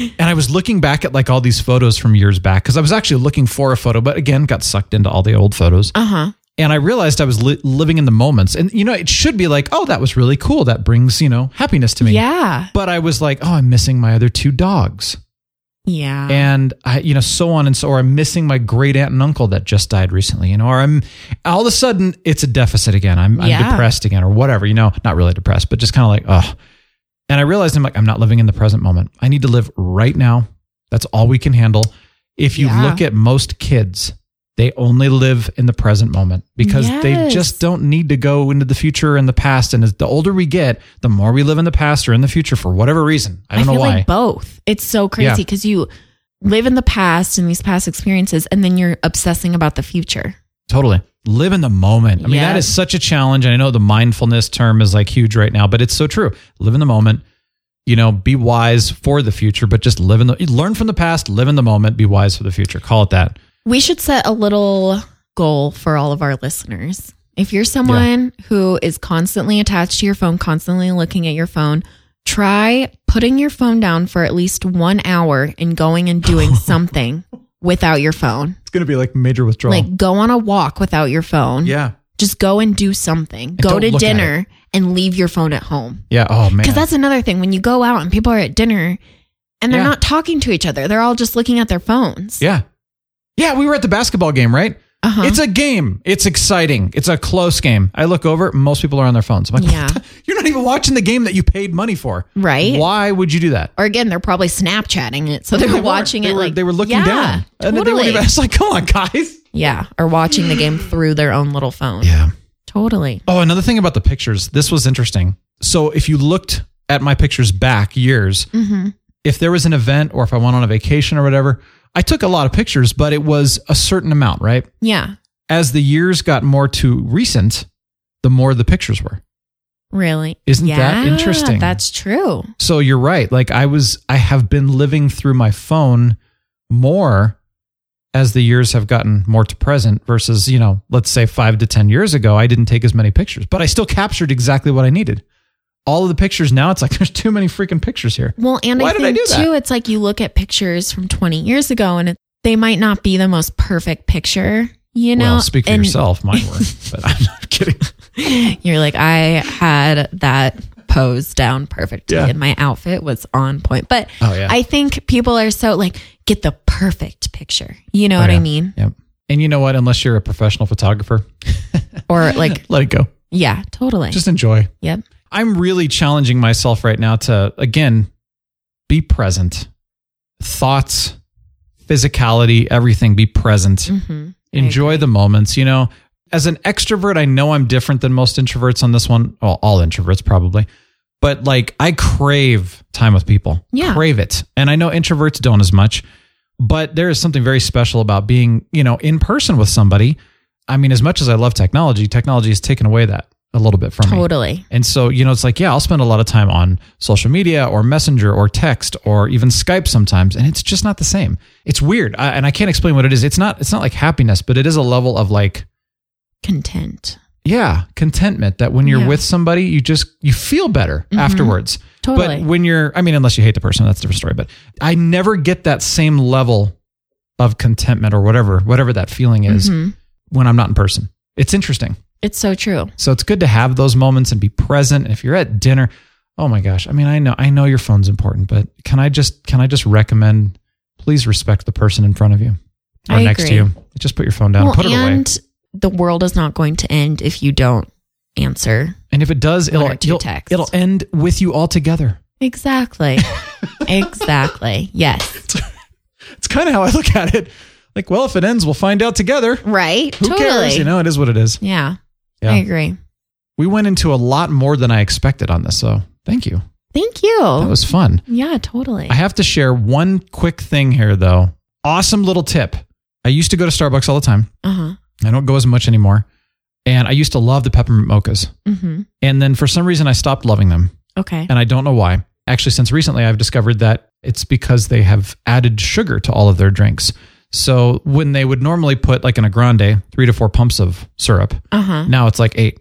B: and I was looking back at like all these photos from years back because I was actually looking for a photo, but again, got sucked into all the old photos.
A: Uh huh.
B: And I realized I was li- living in the moments. And, you know, it should be like, oh, that was really cool. That brings, you know, happiness to me.
A: Yeah.
B: But I was like, oh, I'm missing my other two dogs.
A: Yeah.
B: And I, you know, so on and so, or I'm missing my great aunt and uncle that just died recently, you know, or I'm all of a sudden it's a deficit again. I'm, I'm
A: Yeah.
B: depressed again or whatever, you know, not really depressed, but just kind of like, oh. And I realized I'm like, I'm not living in the present moment. I need to live right now. That's all we can handle. If you
A: Yeah.
B: look at most kids, they only live in the present moment because they
A: Yes.
B: just don't need to go into the future and the past. And as the older we get, the more we live in the past or in the future for whatever reason. I don't know
A: feel
B: why.
A: like both. It's so
B: Yeah.
A: crazy because you live in the past and these past experiences, and then you're obsessing about the future.
B: Totally. Live in the moment. I mean, that
A: Yeah.
B: is such a challenge. And I know the mindfulness term is like huge right now, but it's so true. Live in the moment. You know, be wise for the future, but just live in the learn from the past, live in the moment, be wise for the future. Call it that.
A: We should set a little goal for all of our listeners. If you're someone who is constantly attached to your phone, constantly looking at your phone, try putting your phone down for at least one hour and going and doing something without your phone.
B: It's gonna be like major withdrawal.
A: Like go on a walk without your phone.
B: yeah.
A: Just go and do something. go
B: don't
A: to
B: look at
A: dinner and leave your phone at home.
B: Yeah. Oh man.
A: Because that's another thing. When you go out and people are at dinner and they're
B: Yeah.
A: not talking to each other, they're all just looking at their phones.
B: yeah. Yeah, we were at the basketball game, right?
A: Uh-huh.
B: It's a game. It's exciting. It's a close game. I look over, most people are on their phones. I'm like,
A: Yeah.
B: "What the- you're not even watching the game that you paid money for.
A: Right.
B: Why would you do that?
A: Or again, they're probably Snapchatting it. So they're
B: They weren't.
A: watching
B: They
A: it
B: were-
A: like
B: they were looking
A: yeah,
B: down. And then they
A: Totally.
B: weren't even, it's like, come on, guys.
A: yeah. Or watching the game through their own little phone.
B: Yeah.
A: Totally.
B: Oh, another thing about the pictures. This was interesting. So if you looked at my pictures back years,
A: Mm-hmm.
B: if there was an event or if I went on a vacation or whatever, I took a lot of pictures, but it was a certain amount, right?
A: Yeah.
B: As the years got more to recent, the more the pictures were.
A: Really.
B: Isn't
A: yeah,
B: that interesting?
A: That's true.
B: So you're right. Like I was, I have been living through my phone more as the years have gotten more to present versus, you know, let's say five to 10 years ago, I didn't take as many pictures, but I still captured exactly what I needed. All of the pictures now, it's like there's too many freaking pictures here.
A: Well, and
B: Why
A: I
B: did I
A: think
B: do that?
A: too, it's like you look at pictures from 20 years ago and it, they might not be the most perfect picture, you know?
B: well, speak for
A: And-
B: yourself, mine were, but I'm not kidding.
A: You're like, I had that pose down perfectly
B: Yeah.
A: and my outfit was on point. But
B: Oh, yeah.
A: I think people are so like, get the perfect picture. You know what
B: Oh, yeah.
A: I mean?
B: Yep. And you know what? Unless you're a professional photographer,
A: Or like,
B: let it go.
A: yeah, totally.
B: Just enjoy.
A: yep.
B: I'm really challenging myself right now to again be present. Thoughts, physicality, everything be present.
A: Mm, Mm-hmm.
B: Enjoy the moments, you know. As an extrovert, I know I'm different than most introverts on this one. Well, all introverts probably. But like I crave time with people.
A: Yeah.
B: Crave it. And I know introverts don't as much, but there is something very special about being, you know, in person with somebody. I mean, as much as I love technology, technology has taken away that a little bit from me.
A: Totally.
B: And so, you know, it's like, yeah, I'll spend a lot of time on social media or messenger or text or even Skype sometimes. And it's just not the same. It's weird. I, and I can't explain what it is. It's not, it's not like happiness, but it is a level of like,
A: Content.
B: yeah, contentment that when you're
A: Yeah. Mm-hmm.
B: with somebody, you just, you feel better afterwards.
A: Totally.
B: But when you're, I mean, unless you hate the person, that's a different story, but I never get that same level of contentment or whatever, whatever that feeling is
A: Mm-hmm.
B: when I'm not in person. It's interesting.
A: It's so true.
B: So it's good to have those moments and be present. And if you're at dinner, oh my gosh, I mean, I know, I know your phone's important, but can I just, can I just recommend, please respect the person in front of you or
A: I
B: next
A: agree.
B: to you. Just put your phone down,
A: well,
B: put it away.
A: and the world is not going to end if you don't answer.
B: And if it does,
A: One
B: it'll,
A: or two
B: you'll-
A: texts.
B: it'll end with you all together.
A: Exactly. exactly. Yes.
B: It's kind of how I look at it. Like, well, if it ends, we'll find out together.
A: Right.
B: Who
A: totally.
B: cares? You know, it is what it is.
A: Yeah.
B: Yeah.
A: I agree.
B: We went into a lot more than I expected on this. So thank you.
A: Thank you.
B: That was fun.
A: yeah, totally.
B: I have to share one quick thing here, though. Awesome little tip. I used to go to Starbucks all the time.
A: uh-huh.
B: I don't go as much anymore. And I used to love the peppermint mochas.
A: Mhm.
B: And then for some reason, I stopped loving them.
A: Okay.
B: And I don't know why. Actually, since recently, I've discovered that it's because they have added sugar to all of their drinks. So when they would normally put, like in a grande, three to four pumps of syrup,
A: Uh-huh.
B: now it's like eight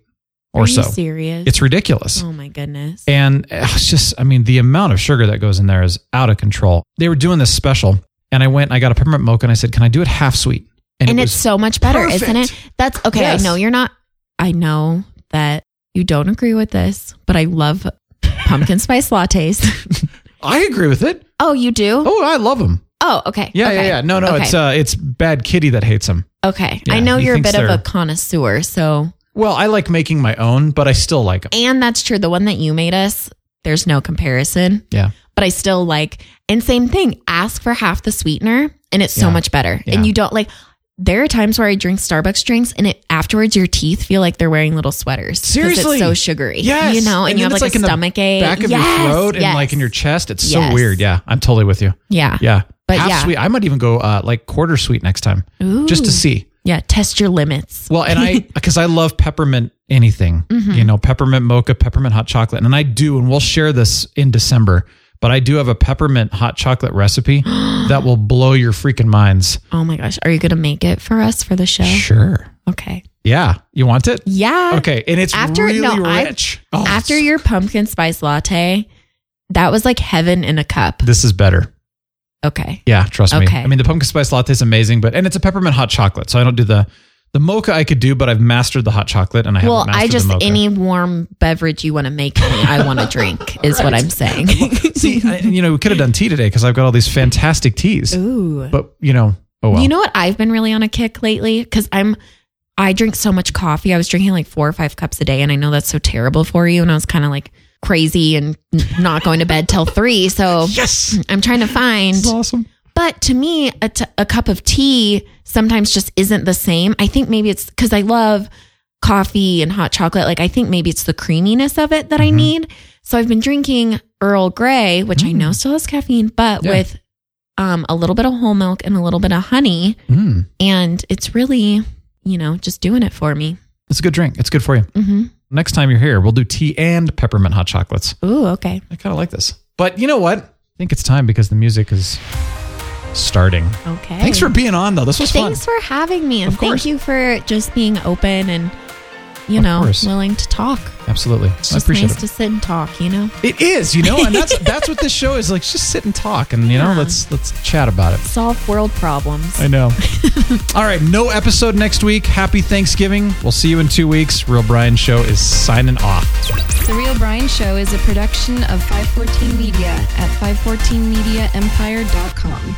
B: or
A: Are
B: so.
A: you serious?
B: It's ridiculous.
A: Oh my goodness.
B: And uh, it's just, I mean, the amount of sugar that goes in there is out of control. They were doing this special, and I went and I got a peppermint mocha, and I said, "Can I do it half sweet?"
A: and
B: it
A: it's
B: was-
A: so much better, isn't it? That's okay.
B: Yes.
A: I know you're not. I know that you don't agree with this, but I love pumpkin spice lattes.
B: I agree with it.
A: oh, you do?
B: Oh, I love them.
A: Oh, okay.
B: Yeah,
A: okay.
B: yeah, yeah. No, no,
A: okay.
B: it's uh, it's bad kitty that hates them.
A: okay.
B: yeah,
A: I know
B: he
A: you're a
B: thinks
A: bit of a
B: they're-
A: connoisseur, so
B: Well, I like making my own, but I still like them.
A: and that's true. The one that you made us, there's no comparison.
B: Yeah.
A: But I still like, and same thing. Ask for half the sweetener, and it's so
B: Yeah.
A: much better.
B: Yeah.
A: And you don't like. There are times where I drink Starbucks drinks, and it afterwards your teeth feel like they're wearing little sweaters. 'cause
B: Seriously,
A: it's so sugary.
B: Yes,
A: you know, and, you
B: then
A: have
B: it's
A: like, a
B: in the
A: stomach ache,
B: back of
A: Yes,
B: your throat, and
A: yes.
B: like in your chest. It's so
A: Yes.
B: weird. Yeah, I'm totally with you.
A: yeah,
B: Yeah,
A: But
B: half
A: yeah.
B: sweet. I might even go uh, like quarter sweet next time,
A: Ooh.
B: just to see.
A: yeah. Test your limits.
B: Well, and I because I love peppermint anything,
A: Mm-hmm.
B: you know, peppermint mocha, peppermint hot chocolate, and I do, and we'll share this in December. But I do have a peppermint hot chocolate recipe that will blow your freaking minds.
A: Oh my gosh, are you gonna make it for us for the show?
B: Sure.
A: Okay.
B: Yeah, you want it?
A: Yeah.
B: Okay, Oh, and it's
A: After-
B: really
A: no, I-
B: rich.
A: After
B: it's-
A: your pumpkin spice latte, that was like heaven in a cup.
B: this is better.
A: Okay.
B: Yeah, trust me.
A: Okay.
B: I mean, the pumpkin spice latte is amazing, but and it's a peppermint hot chocolate, so I don't do the the mocha. I could do, but I've mastered the hot chocolate, and I
A: Well,
B: haven't mastered
A: I
B: the
A: just
B: mocha.
A: any warm beverage you want to make me, I want to drink is what I'm saying.
B: See, I, you know, we could have done tea today because I've got all these fantastic teas.
A: Ooh.
B: But you know, oh well.
A: You know what I've been really on a kick lately cuz I'm I drink so much coffee. I was drinking like 4 or 5 cups a day and I know that's so terrible for you and I was kind of like crazy and n- not going to bed till 3. So
B: yes,
A: I'm trying to find
B: awesome.
A: But to me, a, t- a cup of tea sometimes just isn't the same. I think maybe it's because I love coffee and hot chocolate. Like, I think maybe it's the creaminess of it that
B: Mm-hmm.
A: I need. So I've been drinking Earl Grey, which I know still has caffeine, but
B: Mm. Yeah.
A: with um, a little bit of whole milk and a little bit of honey.
B: Mm,
A: And it's really, you know, just doing it for me.
B: it's a good drink. It's good for you.
A: hmm
B: Next time you're here, we'll do tea and peppermint hot chocolates.
A: Ooh, okay.
B: I kind of like this. But you know what? I think it's time because the music is starting.
A: Okay.
B: Thanks for being on though. This was fun.
A: Thanks for having me. And
B: Of course.
A: thank you for just being open and, you
B: Of
A: know,
B: course.
A: willing to talk.
B: Absolutely.
A: It's
B: I
A: just
B: appreciate
A: nice
B: it.
A: to sit and talk, you know?
B: It is, you know, and that's that's what this show is like. Just sit and talk and you know,
A: Yeah.
B: let's let's chat about it.
A: Solve world problems.
B: I know. All right, no episode next week. Happy Thanksgiving. We'll see you in 2 weeks. Real Brian show is signing off.
C: The Real Brian Show is a production of 514 Media at 514mediaempire.com.